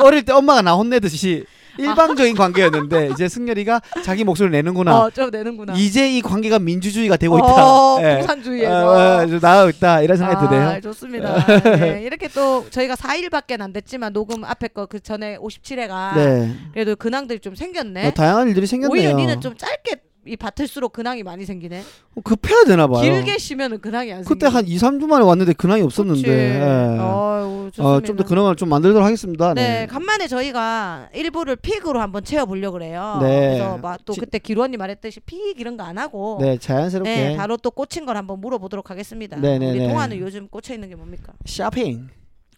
S2: 어릴 때 엄마가 나 혼내듯이
S1: 아.
S2: 일방적인 관계였는데 이제 승열이가 자기 목소리를 내는구나.
S1: 어좀 내는구나.
S2: 이제 이 관계가 민주주의가 되고 있다.
S1: 어,
S2: 예.
S1: 공산주의에서.
S2: 어, 어, 좀 나아가고 있다 이런 생각이
S1: 아,
S2: 드네요.
S1: 좋습니다. 네, 이렇게 또 저희가 4일밖에 안 됐지만 녹음 앞에 거 그 전에 57회가
S2: 네.
S1: 그래도 근황들이 좀 생겼네.
S2: 어, 다양한 일들이 생겼네요.
S1: 오히려 니는 좀 짧게 이 밭을수록 근황이 많이 생기네.
S2: 어, 급해야 되나 봐요.
S1: 길게 쉬면은 근황이 안 생기.
S2: 그때 한 2, 3주 만에 왔는데 근황이 없었는데. 예.
S1: 어유 좋습니다.
S2: 어, 좀 더 근황을 좀 만들도록 하겠습니다.
S1: 네,
S2: 네.
S1: 간만에 저희가 일부를 픽으로 한번 채워보려 그래요.
S2: 네.
S1: 그래서 막 또
S2: 지-
S1: 그때 기루 언니 말했듯이 픽 이런 거 안 하고.
S2: 네, 자연스럽게
S1: 네, 바로 또 꽂힌 걸 한번 물어보도록 하겠습니다.
S2: 네, 네,
S1: 우리
S2: 네.
S1: 동화는 요즘 꽂혀 있는 게 뭡니까?
S2: 쇼핑.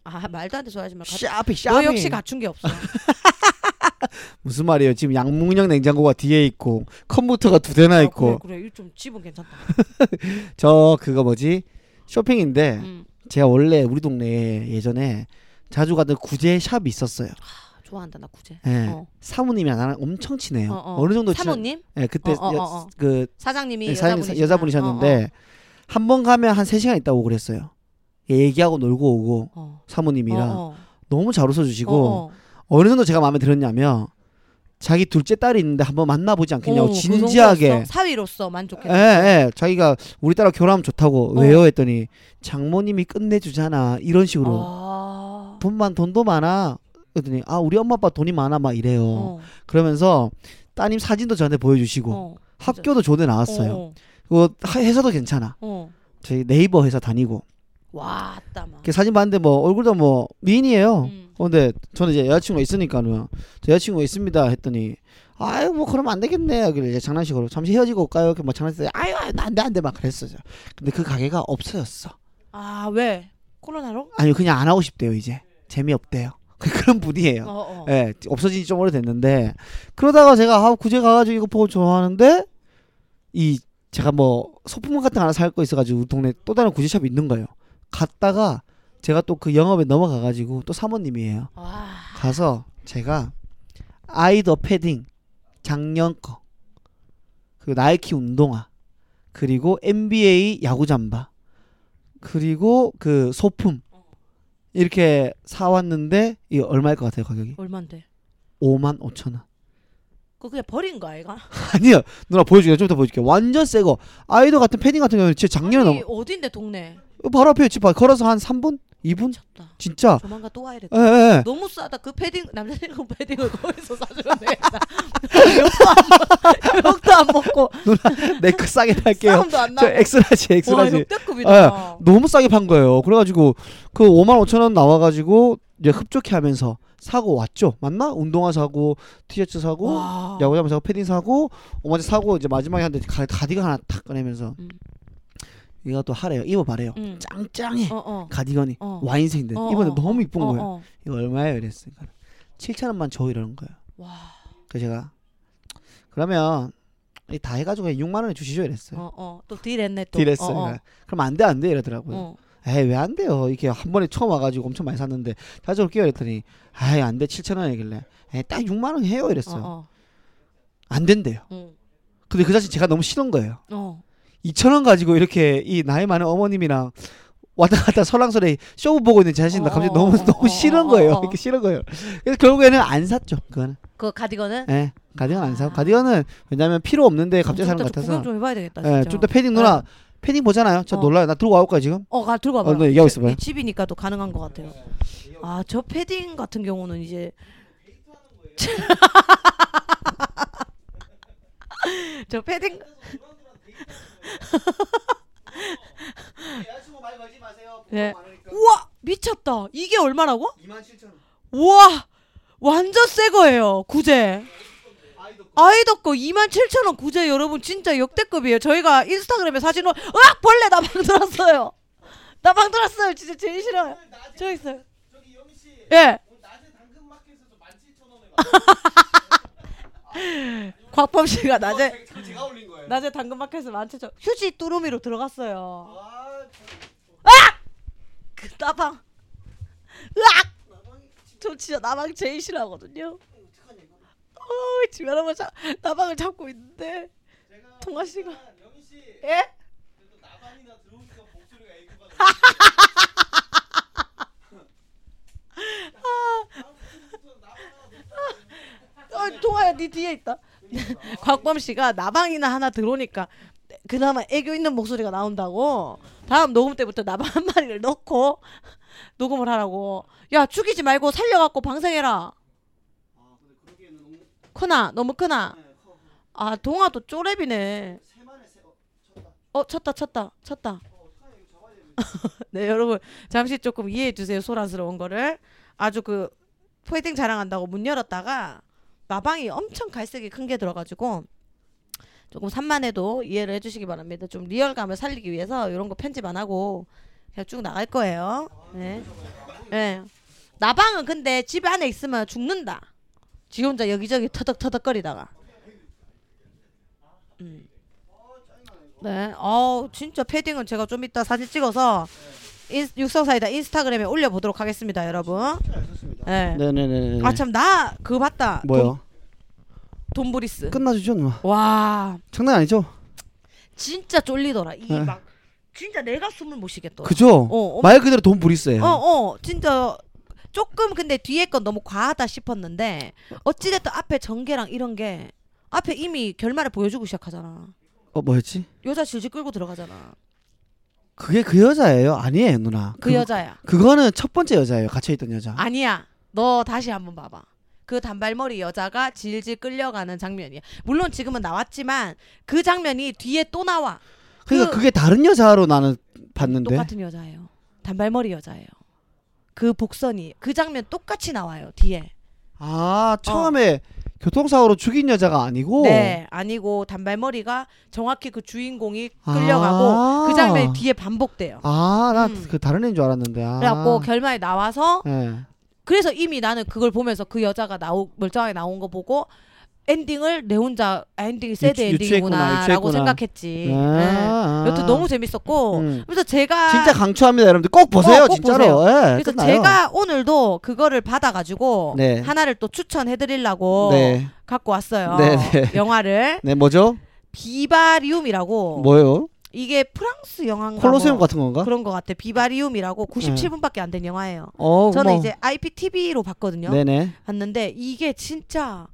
S1: 아 말도 안 돼 좋아하지만 가-
S2: 쇼핑,
S1: 너
S2: 쇼핑.
S1: 역시 갖춘 게
S2: <laughs>
S1: 없어.
S2: 무슨 말이에요? 지금 양문형 냉장고가 뒤에 있고 컴퓨터가 두 대나
S1: 아,
S2: 있고
S1: 그래 그래 이좀 집은 괜찮다.
S2: 저 그거 뭐지? 쇼핑인데
S1: 음,
S2: 제가 원래 우리 동네에 예전에 자주 가던 구제 샵이 있었어요.
S1: 좋아한다 나 구제.
S2: 예.
S1: 어.
S2: 사모님이 나랑 엄청 친해요.
S1: 어,
S2: 어,
S1: 어.
S2: 느 정도 친해?
S1: 사모님
S2: 예, 그때
S1: 어, 어,
S2: 여-
S1: 어, 어.
S2: 그
S1: 사장님이
S2: 예, 사장님 사-
S1: 여자분이시구나. 어,
S2: 여자분이셨는데 한 번 가면 한 3시간 있다고 그랬어요. 얘기하고 놀고 오고
S1: 어, 어.
S2: 사모님이랑
S1: 어, 어.
S2: 너무 잘 웃어주시고
S1: 어, 어.
S2: 어, 느 정도 제가 마음에 들었냐면 자기 둘째 딸이 있는데 한번 만나보지 않겠냐고
S1: 어, 그
S2: 진지하게
S1: 정도였어? 사위로서 만족했어.
S2: 예, 예. 자기가 우리 딸하고 결혼하면 좋다고
S1: 어.
S2: 왜요 했더니 장모님이 끝내주잖아 이런 식으로
S1: 아.
S2: 돈만 돈도 많아 그랬더니 아 우리 엄마 아빠 돈이 많아 막 이래요
S1: 어,
S2: 그러면서 따님 사진도 저한테 보여주시고
S1: 어.
S2: 학교도 조대 나왔어요
S1: 어,
S2: 그거 하- 회사도 괜찮아
S1: 어, 어.
S2: 저희 네이버 회사 다니고
S1: 와, 따마.
S2: 그 사진 봤는데 뭐 얼굴도 뭐 미인이에요
S1: 음.
S2: 어, 근데 저는 이제 여자친구가 있으니까는 저 여자친구가 있습니다 했더니 아유 뭐 그러면 안 되겠네 그래 이제 장난식으로 잠시 헤어지고 올까요 이렇게 막 장난치더니 아유 아유 안돼 안돼 막 그랬어요 근데 그 가게가 없어졌어
S1: 아, 왜? 코로나로?
S2: 아니 그냥 안 하고 싶대요 이제 재미없대요 <laughs> 그런 분이에요
S1: 어, 어.
S2: 예 없어진 지 좀 오래됐는데 그러다가 제가 아, 구제 가가지고 이거 보고 좋아하는데 이 제가 뭐 소품 같은 거 하나 살 거 있어가지고 우리 동네 또 다른 구제샵이 있는 거예요 갔다가 제가 또 그 영업에 넘어가가지고 또 사모님이에요.
S1: 와.
S2: 가서 제가 아이더 패딩 작년 거 그리고 나이키 운동화 그리고 NBA 야구 잠바 그리고 그 소품 이렇게 사왔는데 이거 얼마일 것 같아요 가격이?
S1: 얼만데?
S2: 5만 5천 원
S1: 그거 그냥 버린 거 아이가?
S2: 아니요 누나 보여줄게요 좀 이따 보여줄게요 완전 새거 아이더 같은 패딩 같은 경우는 진짜 작년에
S1: 아니,
S2: 넘어
S1: 어딘데 동네?
S2: 바로 앞에 집 앞 걸어서 한 3분? 2분?
S1: 미쳤다.
S2: 진짜
S1: 조만간 또 와야겠다.
S2: 예예 예.
S1: 너무 싸다. 그 패딩 남자친구 패딩을 거기서 사주면 되겠다. <laughs> 욕도 안 먹고
S2: 예.
S1: <laughs>
S2: 내거 싸게 팔게요
S1: 싸움도 안
S2: 저
S1: 나고.
S2: 엑스라지
S1: 와
S2: 엑스라지
S1: 역대급이다.
S2: 너무 싸게 판 거예요. 그래가지고 그 5만 5천 원 나와가지고 이제 흡족해 하면서 사고 왔죠. 맞나? 운동화 사고 티셔츠 사고
S1: 와.
S2: 야구장 사고 패딩 사고 5만 원 사고 이제 마지막에 한대 가- 가디건 하나 탁 꺼내면서
S1: 음.
S2: 얘가 또 하래요. 음. 입어봐래요.
S1: 응.
S2: 짱짱해.
S1: 어 어.
S2: 가디건이
S1: 어.
S2: 와인색인데
S1: 어,
S2: 이번에
S1: 어,
S2: 너무 이쁜
S1: 어,
S2: 거예요.
S1: 어.
S2: 이거 얼마예요? 이랬으니까 7천 원만 줘 이러는 거예요.
S1: 와.
S2: 그래서 제가 그러면 이다 해가지고 그냥 6만 원에 주시죠 이랬어요.
S1: 어 어. 또 딜했네 또.
S2: 네. 딜했어요. 그러니까 네.
S1: 어, 어.
S2: 그럼 안 돼 안 돼 이러더라고요.
S1: 어.
S2: 에이 왜 안 돼요 이렇게 한 번에 처음 와가지고 엄청 많이 샀는데 자주 올게요 이랬더니 아이 안돼 7천 원이길래 에이 딱 6만 원 해요
S1: 어.
S2: 이랬어요
S1: 어.
S2: 안 된대요
S1: 응.
S2: 근데 그 자신 제가 너무 싫은 거예요
S1: 어.
S2: 2천 원 가지고 이렇게 이 나이 많은 어머님이랑 왔다 갔다 설랑설에 쇼 보고 있는 제 자신도
S1: 어,
S2: 갑자기
S1: 어,
S2: 너무
S1: 어, 어,
S2: 너무 싫은
S1: 어,
S2: 거예요
S1: 어, 어.
S2: 이렇게 싫은 거예요 그래서 결국에는 안 샀죠 그거는
S1: 그 가디건은
S2: 예 가디건 안 사고
S1: 아.
S2: 가디건은 왜냐면 필요 없는데 갑자기 사는 것
S1: 좀 구경
S2: 같아서 네,
S1: 좀 해봐야 되겠다. 진짜.
S2: 예좀더 패딩 누나 패딩 보잖아요 저
S1: 어.
S2: 놀라요 나 들고 와볼까요 지금
S1: 어, 가 들고 와봐.
S2: 어, 너 얘기하고 있어봐요.
S1: <laughs> 이 집이니까 또 가능한 것 같아요. 아, 저 패딩 같은 경우는 이제 <laughs> 저 패딩 네. 우와 미쳤다. 이게 얼마라고?
S2: 2만 7천 원
S1: 우와 완전 새 거예요 구제 아이더 거 27,000원 구제 여러분 진짜 역대급이에요 저희가 인스타그램에 사진 올 으악 벌레 나방 들었어요 나방 들었어요 진짜 제일 싫어요 저 있어요 예 곽범 씨가 낮에
S2: 제가 올린 거예요.
S1: 낮에 당근마켓에서 17,000원 휴지 뚜루미로 들어갔어요
S2: 아,
S1: 그 나방 으악 저 진짜 나방 제일 싫어하거든요 어, 집에 한번 자, 나방을 잡고 있는데 통화 씨가 예? 어, 통화야 네 뒤에 있다. <laughs> 곽범 씨가 나방이나 하나 들어오니까 그나마 애교 있는 목소리가 나온다고 다음 녹음 때부터 나방 한 마리를 넣고 녹음을 하라고 야 죽이지 말고 살려갖고 방생해라 크나 너무 크나 아 동아도 쪼렙이네 어 쳤다 쳤다 쳤다 <laughs> 네 여러분 잠시 조금 이해해 주세요 소란스러운 거를 아주 그 포이팅 자랑한다고 문 열었다가 나방이 엄청 갈색이 큰 게 들어가지고 조금 산만해도 이해를 해주시기 바랍니다 좀 리얼감을 살리기 위해서 이런 거 편집 안 하고 그냥 쭉 나갈 거예요 네, 네. 나방은 근데 집 안에 있으면 죽는다 지 혼자 여기저기 터덕터덕거리다가 음. 네. 어우, 진짜 패딩은 제가 좀 이따 사진 찍어서 인, 육성사이다 인스타그램에 올려보도록 하겠습니다, 여러분. 네.
S2: 네네네.
S1: 아, 참, 나 그거 봤다. 돈,
S2: 뭐요? 그
S1: 돈브리스.
S2: 끝나주죠, 누나.
S1: 와,
S2: 장난 아니죠?
S1: 진짜 쫄리더라. 이게
S2: 네.
S1: 막, 진짜 내가 숨을 못 쉬겠더라.
S2: 그죠?
S1: 어, 엄-
S2: 말 그대로 돈 부리스예요.
S1: 어, 어, 진짜. 조금 근데 뒤에 건 너무 과하다 싶었는데 어찌됐든 앞에 전개랑 이런 게 앞에 이미 결말을 보여주고 시작하잖아.
S2: 어, 뭐였지?
S1: 여자 질질 끌고 들어가잖아.
S2: 그게 그 여자예요? 아니에요, 누나.
S1: 그 여자야.
S2: 그거는 첫 번째 여자예요. 갇혀 있던 여자.
S1: 아니야. 너 다시 한번 봐봐. 그 단발머리 여자가 질질 끌려가는 장면이야. 물론 지금은 나왔지만 그 장면이 뒤에 또 나와.
S2: 그러니까
S1: 그-
S2: 그... 게 다른 여자로 나는 봤는데.
S1: 똑같은 여자예요. 단발머리 여자예요. 그 복선이 그 장면 똑같이 나와요 뒤에.
S2: 아, 처음에 교통사고로 죽인 여자가 아니고
S1: 어. 네 아니고 단발머리가 정확히 그 주인공이 끌려가고
S2: 아.
S1: 그 장면이 뒤에 반복돼요.
S2: 아, 나
S1: 음.
S2: 그 다른 애인 줄 알았는데. 아.
S1: 그래갖고 결말에 나와서
S2: 예.
S1: 그래서 이미 나는 그걸 보면서 그 여자가 나오 멀쩡하게 나온 거 보고 엔딩을 내 혼자 아, 엔딩이 새드
S2: 유추- 유추했구나,
S1: 엔딩이구나라고
S2: 유추했구나.
S1: 생각했지. 네.
S2: 아, 아.
S1: 여튼 너무 재밌었고
S2: 음.
S1: 그래서 제가
S2: 진짜 강추합니다, 여러분들. 꼭 보세요,
S1: 어, 꼭
S2: 진짜로. 예,
S1: 그래서
S2: 끝나요.
S1: 제가 오늘도 그거를 받아가지고
S2: 네.
S1: 하나를 또 추천해드리려고
S2: 네,
S1: 갖고 왔어요.
S2: 네, 네.
S1: 영화를
S2: 네 뭐죠?
S1: 비바리움이라고
S2: 뭐예요?
S1: 이게 프랑스 영화인가 어.
S2: 콜로세움
S1: 뭐
S2: 같은 건가?
S1: 그런 것 같아. 비바리움이라고 97분밖에 안 된 영화예요.
S2: 어,
S1: 저는
S2: 뭐.
S1: 이제 IPTV로 봤거든요.
S2: 네네.
S1: 봤는데 이게 진짜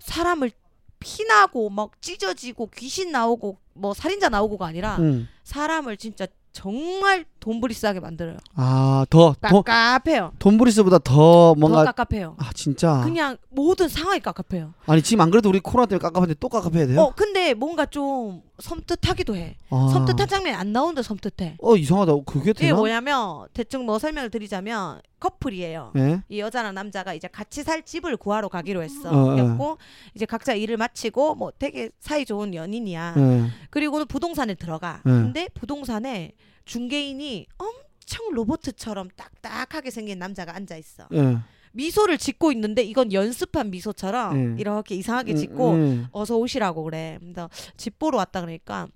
S1: 사람을 피나고 막 찢어지고 귀신 나오고 뭐 살인자 나오고가 아니라
S2: 음.
S1: 사람을 진짜 정말 돈부리싸게 만들어요.
S2: 아, 더 돈,
S1: 깝깝해요.
S2: 돈브리스보다 더 뭔가
S1: 더 깝깝해요.
S2: 아 진짜
S1: 그냥 모든 상황이 깝깝해요.
S2: 아니 지금 안 그래도 우리 코로나 때문에 깝깝한데 또 깝깝해야 돼요?
S1: 어, 근데 뭔가 좀 섬뜩하기도 해.
S2: 아.
S1: 어, 섬뜩한 장면이 안 나오는데 섬뜩해.
S2: 어 이상하다. 그게
S1: 이게
S2: 되나?
S1: 뭐냐면 대충 뭐 설명을 드리자면 커플이에요.
S2: 예.
S1: 이 여자랑 남자가 이제 같이 살 집을 구하러 가기로 했어.
S2: 어, 어.
S1: 였고 이제 각자 일을 마치고 뭐 되게 사이 좋은 연인이야.
S2: 예.
S1: 그리고는 부동산에 들어가.
S2: 네.
S1: 근데 부동산에 중개인이 엄청 로봇처럼 딱딱하게 생긴 남자가 앉아 있어.
S2: 예.
S1: 미소를 짓고 있는데 이건 연습한 미소처럼
S2: 음.
S1: 이렇게 이상하게
S2: 음,
S1: 짓고
S2: 음.
S1: 어서 오시라고 그래. 그래서 집 보러 왔다 그러니까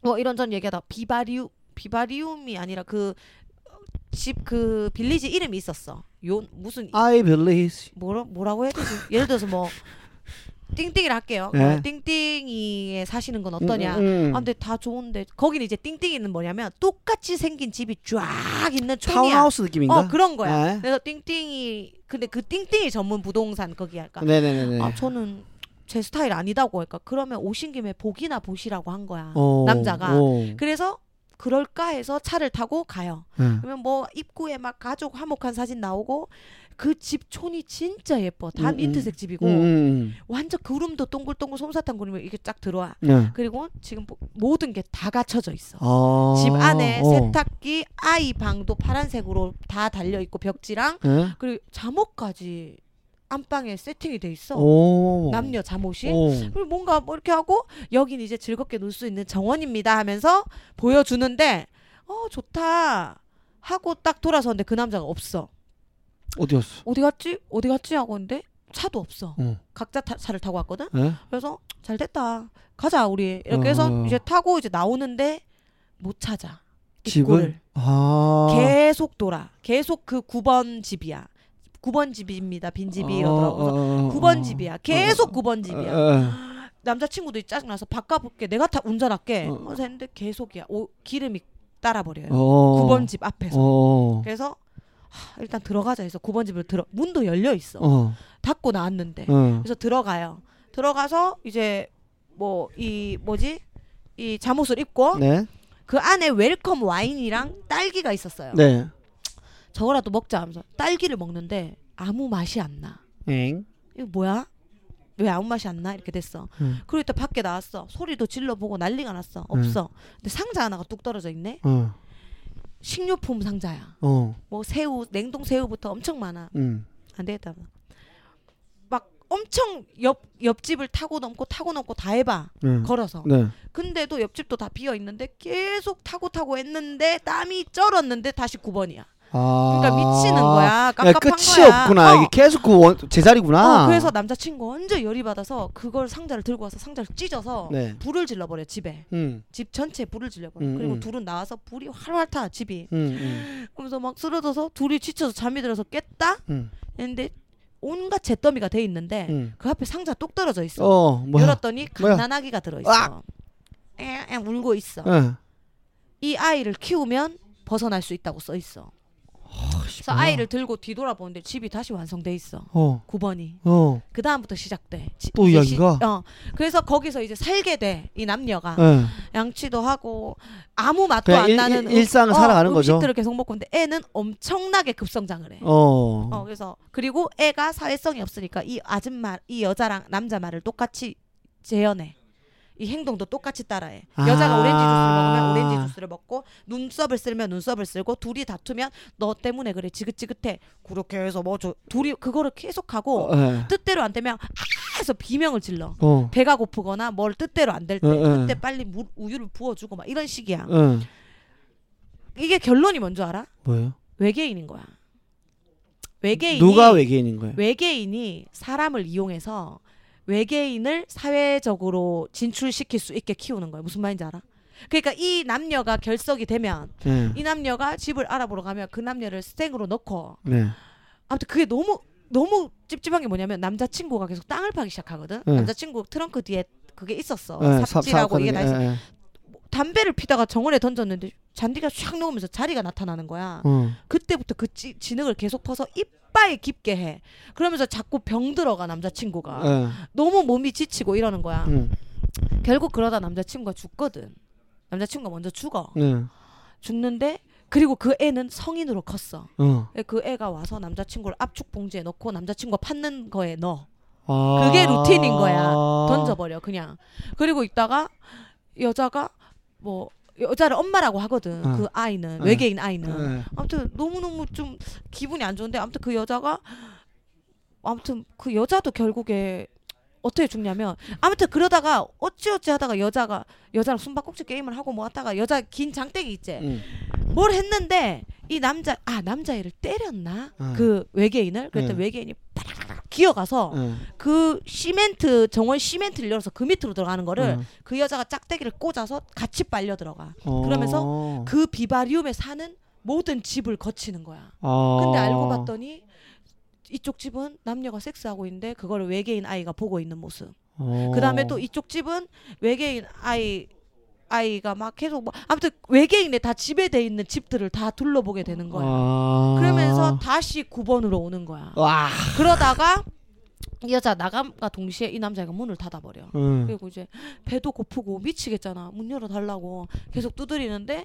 S1: 뭐 이런저런 얘기하다 비바리움 비바리움이 아니라 그 집 그 빌리지 이름이 있었어. 요 무슨
S2: I believe.
S1: 뭐라, 뭐라고 해야 되지? 예를 들어서 뭐 띵띵이라 할게요.
S2: 네.
S1: 어, 띵띵이에 사시는 건 어떠냐?
S2: 음, 음.
S1: 아, 근데 다 좋은데 거기는 이제 띵띵이는 뭐냐면 똑같이 생긴 집이 쫙 있는 촌이야.
S2: 타운하우스 느낌인가?
S1: 어 그런 거야.
S2: 네.
S1: 그래서 띵띵이 근데 그 띵띵이 전문 부동산 거기 할까?
S2: 네네네네.
S1: 아 저는 제 스타일 아니다고 하니까 그러면 오신 김에 보기나 보시라고 한 거야.
S2: 어,
S1: 남자가.
S2: 어.
S1: 그래서 그럴까 해서 차를 타고 가요.
S2: 예.
S1: 그러면 뭐 입구에 막 가족 화목한 사진 나오고 그 집 촌이 진짜 예뻐. 다
S2: 음, 음.
S1: 민트색 집이고
S2: 음, 음,
S1: 완전 그림도 동글동글 솜사탕 그림이 이렇게 쫙 들어와.
S2: 음. 예.
S1: 그리고 지금 모- 모든 게 다 갖춰져 있어.
S2: 아.
S1: 집 안에
S2: 어.
S1: 세탁기, 아이 방도 파란색으로 다 달려 있고 벽지랑
S2: 예?
S1: 그리고 잠옷까지 안방에 세팅이 돼 있어.
S2: 오.
S1: 남녀 잠옷이.
S2: 오.
S1: 그리고 뭔가 뭐 이렇게 하고 여긴 이제 즐겁게 놀 수 있는 정원입니다 하면서 보여주는데 어 좋다 하고 딱 돌아서는데 그 남자가 없어.
S2: 어디였어?
S1: 어디 갔지? 어디 갔지? 하고 있는데 차도 없어.
S2: 어.
S1: 각자 타- 차를 타고 왔거든.
S2: 예?
S1: 그래서 잘 됐다. 가자 우리 이렇게 해서
S2: 어.
S1: 이제 타고 이제 나오는데 못 찾아.
S2: 집을
S1: 입구를.
S2: 아.
S1: 계속 돌아. 계속 그 9번 집이야. 9번 집입니다. 빈
S2: 어,
S1: 집이라더라고. 그래서 9번 집이야. 계속 9번 집이야.
S2: 어,
S1: 남자친구도 짜증나서 바꿔볼게. 내가 다 운전할게.
S2: 어.
S1: 그래서 했는데 계속이야. 오, 기름이 따라버려요.
S2: 어.
S1: 네. 9번 집 앞에서.
S2: 어.
S1: 그래서 하, 일단 들어가자 해서 9번 집을 들어. 문도 열려 있어.
S2: 어.
S1: 닫고 나왔는데.
S2: 어.
S1: 그래서 들어가요. 들어가서 이제 뭐 이 뭐지? 이 잠옷을 입고
S2: 네.
S1: 그 안에 웰컴 와인이랑 딸기가 있었어요.
S2: 네.
S1: 저거라도 먹자 하면서 딸기를 먹는데 아무 맛이 안 나.
S2: 엥.
S1: 이거 뭐야? 왜 아무 맛이 안 나? 이렇게 됐어.
S2: 음.
S1: 그리고 이따 밖에 나왔어. 소리도 질러보고 난리가 났어. 없어. 근데 상자 하나가 뚝 떨어져 있네.
S2: 어.
S1: 식료품 상자야.
S2: 어.
S1: 뭐 새우, 냉동 새우부터 엄청 많아.
S2: 음.
S1: 안 되겠다. 막 엄청 옆 옆집을 타고 넘고 타고 넘고 다 해봐.
S2: 네.
S1: 걸어서.
S2: 네.
S1: 근데도 옆집도 다 비어 있는데 계속 타고 타고 했는데 땀이 쩔었는데 다시 9번이야.
S2: 아.
S1: 그러니까 미치는 거야.
S2: 야,
S1: 깝깝한
S2: 끝이
S1: 거야.
S2: 없구나.
S1: 어.
S2: 이게 계속 그 원, 제자리구나.
S1: 어, 그래서 남자친구 완전 열이 받아서 그걸 상자를 들고 와서 상자를 찢어서
S2: 네.
S1: 불을 질러버려 집에
S2: 음.
S1: 집 전체에 불을 질러버려
S2: 음,
S1: 그리고
S2: 음.
S1: 둘은 나와서 불이 활활 타 집이
S2: 음. 음.
S1: 그러면서 막 쓰러져서 둘이 지쳐서 잠이 들어서 깼다
S2: 음.
S1: 했는데 온갖 잿더미가 돼 있는데
S2: 음.
S1: 그 앞에 상자 똑 떨어져 있어
S2: 어, 뭐야?
S1: 열었더니
S2: 뭐야?
S1: 갓난아기가 들어있어 에, 에, 울고 있어
S2: 예.
S1: 이 아이를 키우면 벗어날 수 있다고 써 있어 그래서
S2: 뭐야?
S1: 아이를 들고 뒤돌아보는데 집이 다시 완성돼 있어
S2: 어.
S1: 9번이
S2: 어.
S1: 그 다음부터 시작돼. 지-
S2: 또
S1: 이제
S2: 이야기가?
S1: 시- 어. 그래서 거기서 이제 살게 돼. 이 남녀가
S2: 예.
S1: 양치도 하고 아무 맛도
S2: 그냥
S1: 안
S2: 일-
S1: 나는 어,
S2: 일- 일상을 살아가는 거죠.
S1: 음식들을 계속 먹고 근데 애는 엄청나게 급성장을 해. 어.
S2: 어.
S1: 그래서 그리고 애가 사회성이 없으니까 이 아줌마 이 여자랑 남자 말을 똑같이 재현해. 이 행동도 똑같이 따라해. 여자가
S2: 아.
S1: 오렌지 주스를 먹으면 오렌지 주스를 먹고 눈썹을 쓸면 눈썹을 쓸고 둘이 다투면 너 때문에 그래 지긋지긋해. 그렇게 해서 뭐 저 둘이 그거를 계속하고
S2: 어. 예.
S1: 뜻대로 안 되면 아 해서 비명을 질러
S2: 어.
S1: 배가 고프거나 뭘 뜻대로 안 될 때
S2: 응, 응.
S1: 그때 빨리 물, 우유를 부어주고 막 이런 식이야
S2: 예.
S1: 이게 결론이 뭔 줄 알아?
S2: 뭐예요?
S1: 외계인인 거야 외계인이 네,
S2: 누가 외계인인 거예요?
S1: 외계인이 사람을 이용해서 외계인을 사회적으로 진출시킬 수 있게 키우는 거예요. 무슨 말인지 알아? 그러니까 이 남녀가 결석이 되면
S2: 예.
S1: 이 남녀가 집을 알아보러 가면 그 남녀를 스탱으로 넣고
S2: 네.
S1: 아무튼 그게 너무 너무 찝찝한 게 뭐냐면 남자 친구가 계속 땅을 파기 시작하거든.
S2: 네.
S1: 남자 친구 트렁크 뒤에 그게 있었어.
S2: 예, 삽-
S1: 삽질하고
S2: 사업하는
S1: 이게 다
S2: 게,
S1: 있어.
S2: 예, 예.
S1: 담배를 피다가 정원에 던졌는데 잔디가 샥 녹으면서 자리가 나타나는 거야.
S2: 어.
S1: 그때부터 그 지, 진흙을 계속 퍼서 이빨 깊게 해. 그러면서 자꾸 병 들어가 남자 친구가.
S2: 예.
S1: 너무 몸이 지치고 이러는 거야.
S2: 음.
S1: 결국 그러다 남자 친구가 죽거든. 남자 친구가 먼저 죽어.
S2: 예.
S1: 죽는데 그리고 그 애는 성인으로 컸어.
S2: 어.
S1: 그 애가 와서 남자친구를 압축 봉지에 넣고 남자친구가 팠는 거에 넣어
S2: 아.
S1: 그게 루틴인 거야.
S2: 어.
S1: 던져버려 그냥 그리고 있다가 여자가 뭐 여자를 엄마라고 하거든
S2: 어.
S1: 그 아이는
S2: 어.
S1: 외계인 아이는
S2: 예.
S1: 아무튼 너무너무 좀 기분이 안 좋은데 아무튼 그 여자가 아무튼 그 여자도 결국에 어떻게 죽냐면 아무튼 그러다가 어찌어찌 하다가 여자가 여자랑 숨바꼭질 게임을 하고 뭐 하다가 여자 긴 장대기 있지
S2: 음.
S1: 뭘 했는데 이 남자 아 남자애를 때렸나
S2: 어.
S1: 그 외계인을 그랬더니
S2: 예.
S1: 외계인이 파라락 기어가서
S2: 예.
S1: 그 시멘트 정원 시멘트를 열어서 그 밑으로 들어가는 거를
S2: 예.
S1: 그 여자가 짝대기를 꽂아서 같이 빨려 들어가
S2: 어.
S1: 그러면서 그 비바리움에 사는 모든 집을 거치는 거야
S2: 아.
S1: 근데 알고 봤더니 이쪽 집은 남녀가 섹스하고 있는데 그거를 외계인 아이가 보고 있는 모습
S2: 어.
S1: 그다음에 또 이쪽 집은 외계인 아이 아이가 막 계속 뭐 아무튼 외계인에 다 지배돼 있는 집들을 다 둘러보게 되는 거야.
S2: 아.
S1: 그러면서 다시 9번으로 오는 거야.
S2: 와.
S1: 그러다가 이 여자 나감과 동시에 이 남자가 문을 닫아버려.
S2: 응.
S1: 그리고 이제 배도 고프고 미치겠잖아. 문 열어달라고 계속 두드리는데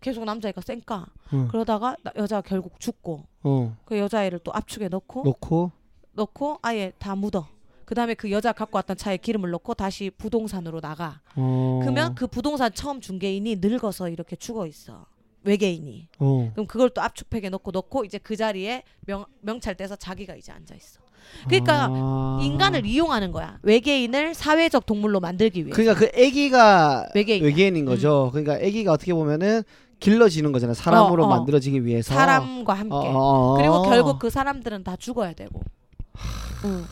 S1: 계속 남자애가 쌩까.
S2: 응.
S1: 그러다가 나- 여자가 결국 죽고
S2: 어.
S1: 그 여자애를 또 압축에 넣고
S2: 놓고
S1: 넣고 아예 다 묻어. 그 다음에 그 여자 갖고 왔던 차에 기름을 넣고 다시 부동산으로 나가.
S2: 어.
S1: 그러면 그 부동산 처음 중개인이 늙어서 이렇게 죽어 있어. 외계인이.
S2: 어.
S1: 그럼 그걸 또 압축팩에 넣고 넣고 이제 그 자리에 명, 명찰돼서 자기가 이제 앉아 있어. 그러니까
S2: 아.
S1: 인간을 이용하는 거야. 외계인을 사회적 동물로 만들기 위해.
S2: 그러니까 그 아기가
S1: 외계인. 음.
S2: 외계인인 거죠. 그러니까 아기가 어떻게 보면은 길러지는 거잖아요. 사람으로
S1: 어, 어.
S2: 만들어지기 위해서.
S1: 사람과 함께.
S2: 어, 어, 어.
S1: 그리고 결국 그 사람들은 다 죽어야 되고. 응.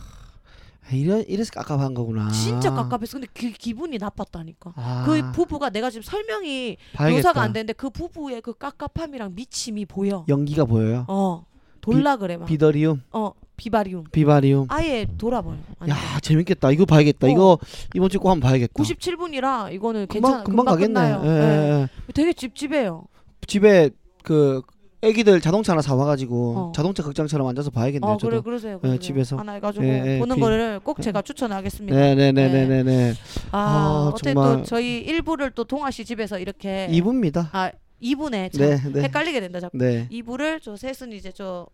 S2: 아, 이런 이래서 깝깝한 거구나.
S1: 진짜 깝깝해서 근데 그 기분이 나빴다니까.
S2: 아,
S1: 그 부부가 내가 지금 설명이
S2: 봐야겠다.
S1: 묘사가 안 되는데 그 부부의 그 깝깝함이랑 미침이 보여.
S2: 연기가 보여요.
S1: 어. 돌라 그래 막.
S2: 비더리움,
S1: 어. 비바리움.
S2: 비바리움.
S1: 아예 돌아버려. 완전.
S2: 야 재밌겠다. 이거 봐야겠다.
S1: 어.
S2: 이거 이번 주에 꼭 한번 봐야겠다.
S1: 97분이라 이거는
S2: 금방
S1: 괜찮아.
S2: 금방, 가겠네.
S1: 끝나요.
S2: 예, 예,
S1: 예.
S2: 예.
S1: 되게 찝찝해요.
S2: 집에 그 애기들 자동차 하나 사와가지고
S1: 어.
S2: 자동차 극장처럼 앉아서 봐야겠네요.
S1: 어 그래
S2: 저도.
S1: 그러세요.
S2: 예,
S1: 그러세요.
S2: 집에서.
S1: 하나 해가지고
S2: 예, 예,
S1: 보는
S2: 비-
S1: 거를 꼭 제가 추천하겠습니다.
S2: 네네네네네. 네. 아,
S1: 아, 어때
S2: 정말.
S1: 또 저희 일부를 또 동아 씨 집에서 이렇게
S2: 이분입니다.
S1: 아 2분에 참
S2: 네, 네,
S1: 헷갈리게 된다 자꾸.
S2: 네,
S1: 2부를 저 셋은 이제 저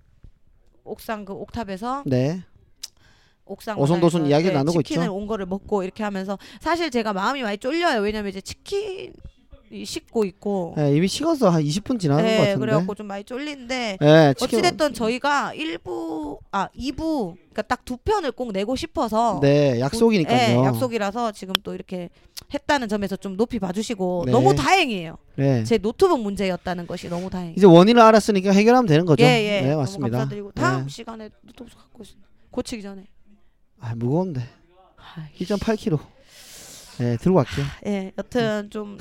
S1: 옥상 그 옥탑에서
S2: 네.
S1: 옥상
S2: 오손도손
S1: 바닥에서
S2: 이야기를
S1: 예,
S2: 나누고
S1: 치킨을
S2: 있죠.
S1: 온 거를 먹고 이렇게 하면서 사실 제가 마음이 많이 쫄려요. 왜냐면 이제 치킨이 식고 있고 네,
S2: 예, 이미 식어서 한 20분 지나는 것 같은데.
S1: 그래갖고 좀 많이 쫄리는데
S2: 예, 치킨.
S1: 어찌됐든 저희가 1부 아 2부 그러니까 딱 두 편을 꼭 내고 싶어서
S2: 네, 약속이니까요.
S1: 예, 약속이라서 지금 또 이렇게 했다는 점에서 좀 높이 봐주시고
S2: 네.
S1: 너무 다행이에요.
S2: 네.
S1: 제 노트북 문제였다는 것이 너무 다행이에요.
S2: 이제 원인을 알았으니까 해결하면 되는 거죠.
S1: 예예.
S2: 네, 맞습니다.
S1: 너무 감사드리고 다음
S2: 네.
S1: 시간에 노트북 갖고 오신 고치기 전에.
S2: 아, 무거운데.
S1: 아이,
S2: 1.8kg. 네, 들고 갈게요.
S1: 예, 여튼 좀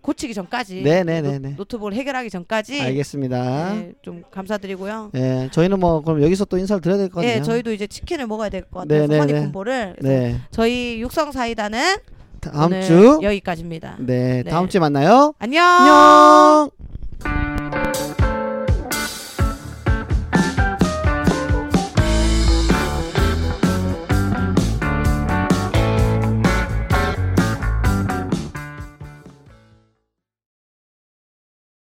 S1: 고치기 전까지
S2: 음. 네, 네, 네,
S1: 노-
S2: 네.
S1: 노트북을 해결하기 전까지
S2: 알겠습니다. 예,
S1: 예, 좀 감사드리고요.
S2: 저희는 뭐 그럼 여기서 또 인사를 드려야 될 것 같네요.
S1: 예, 저희도 이제 치킨을 먹어야 될 것
S2: 네,
S1: 같아요.
S2: 네,
S1: 소머니
S2: 네.
S1: 군보를. 그래서
S2: 네.
S1: 저희 육성 사이다는
S2: 다음
S1: 오늘
S2: 주
S1: 여기까지입니다.
S2: 네, 다음
S1: 네.
S2: 주에 만나요.
S1: 안녕.
S2: 안녕.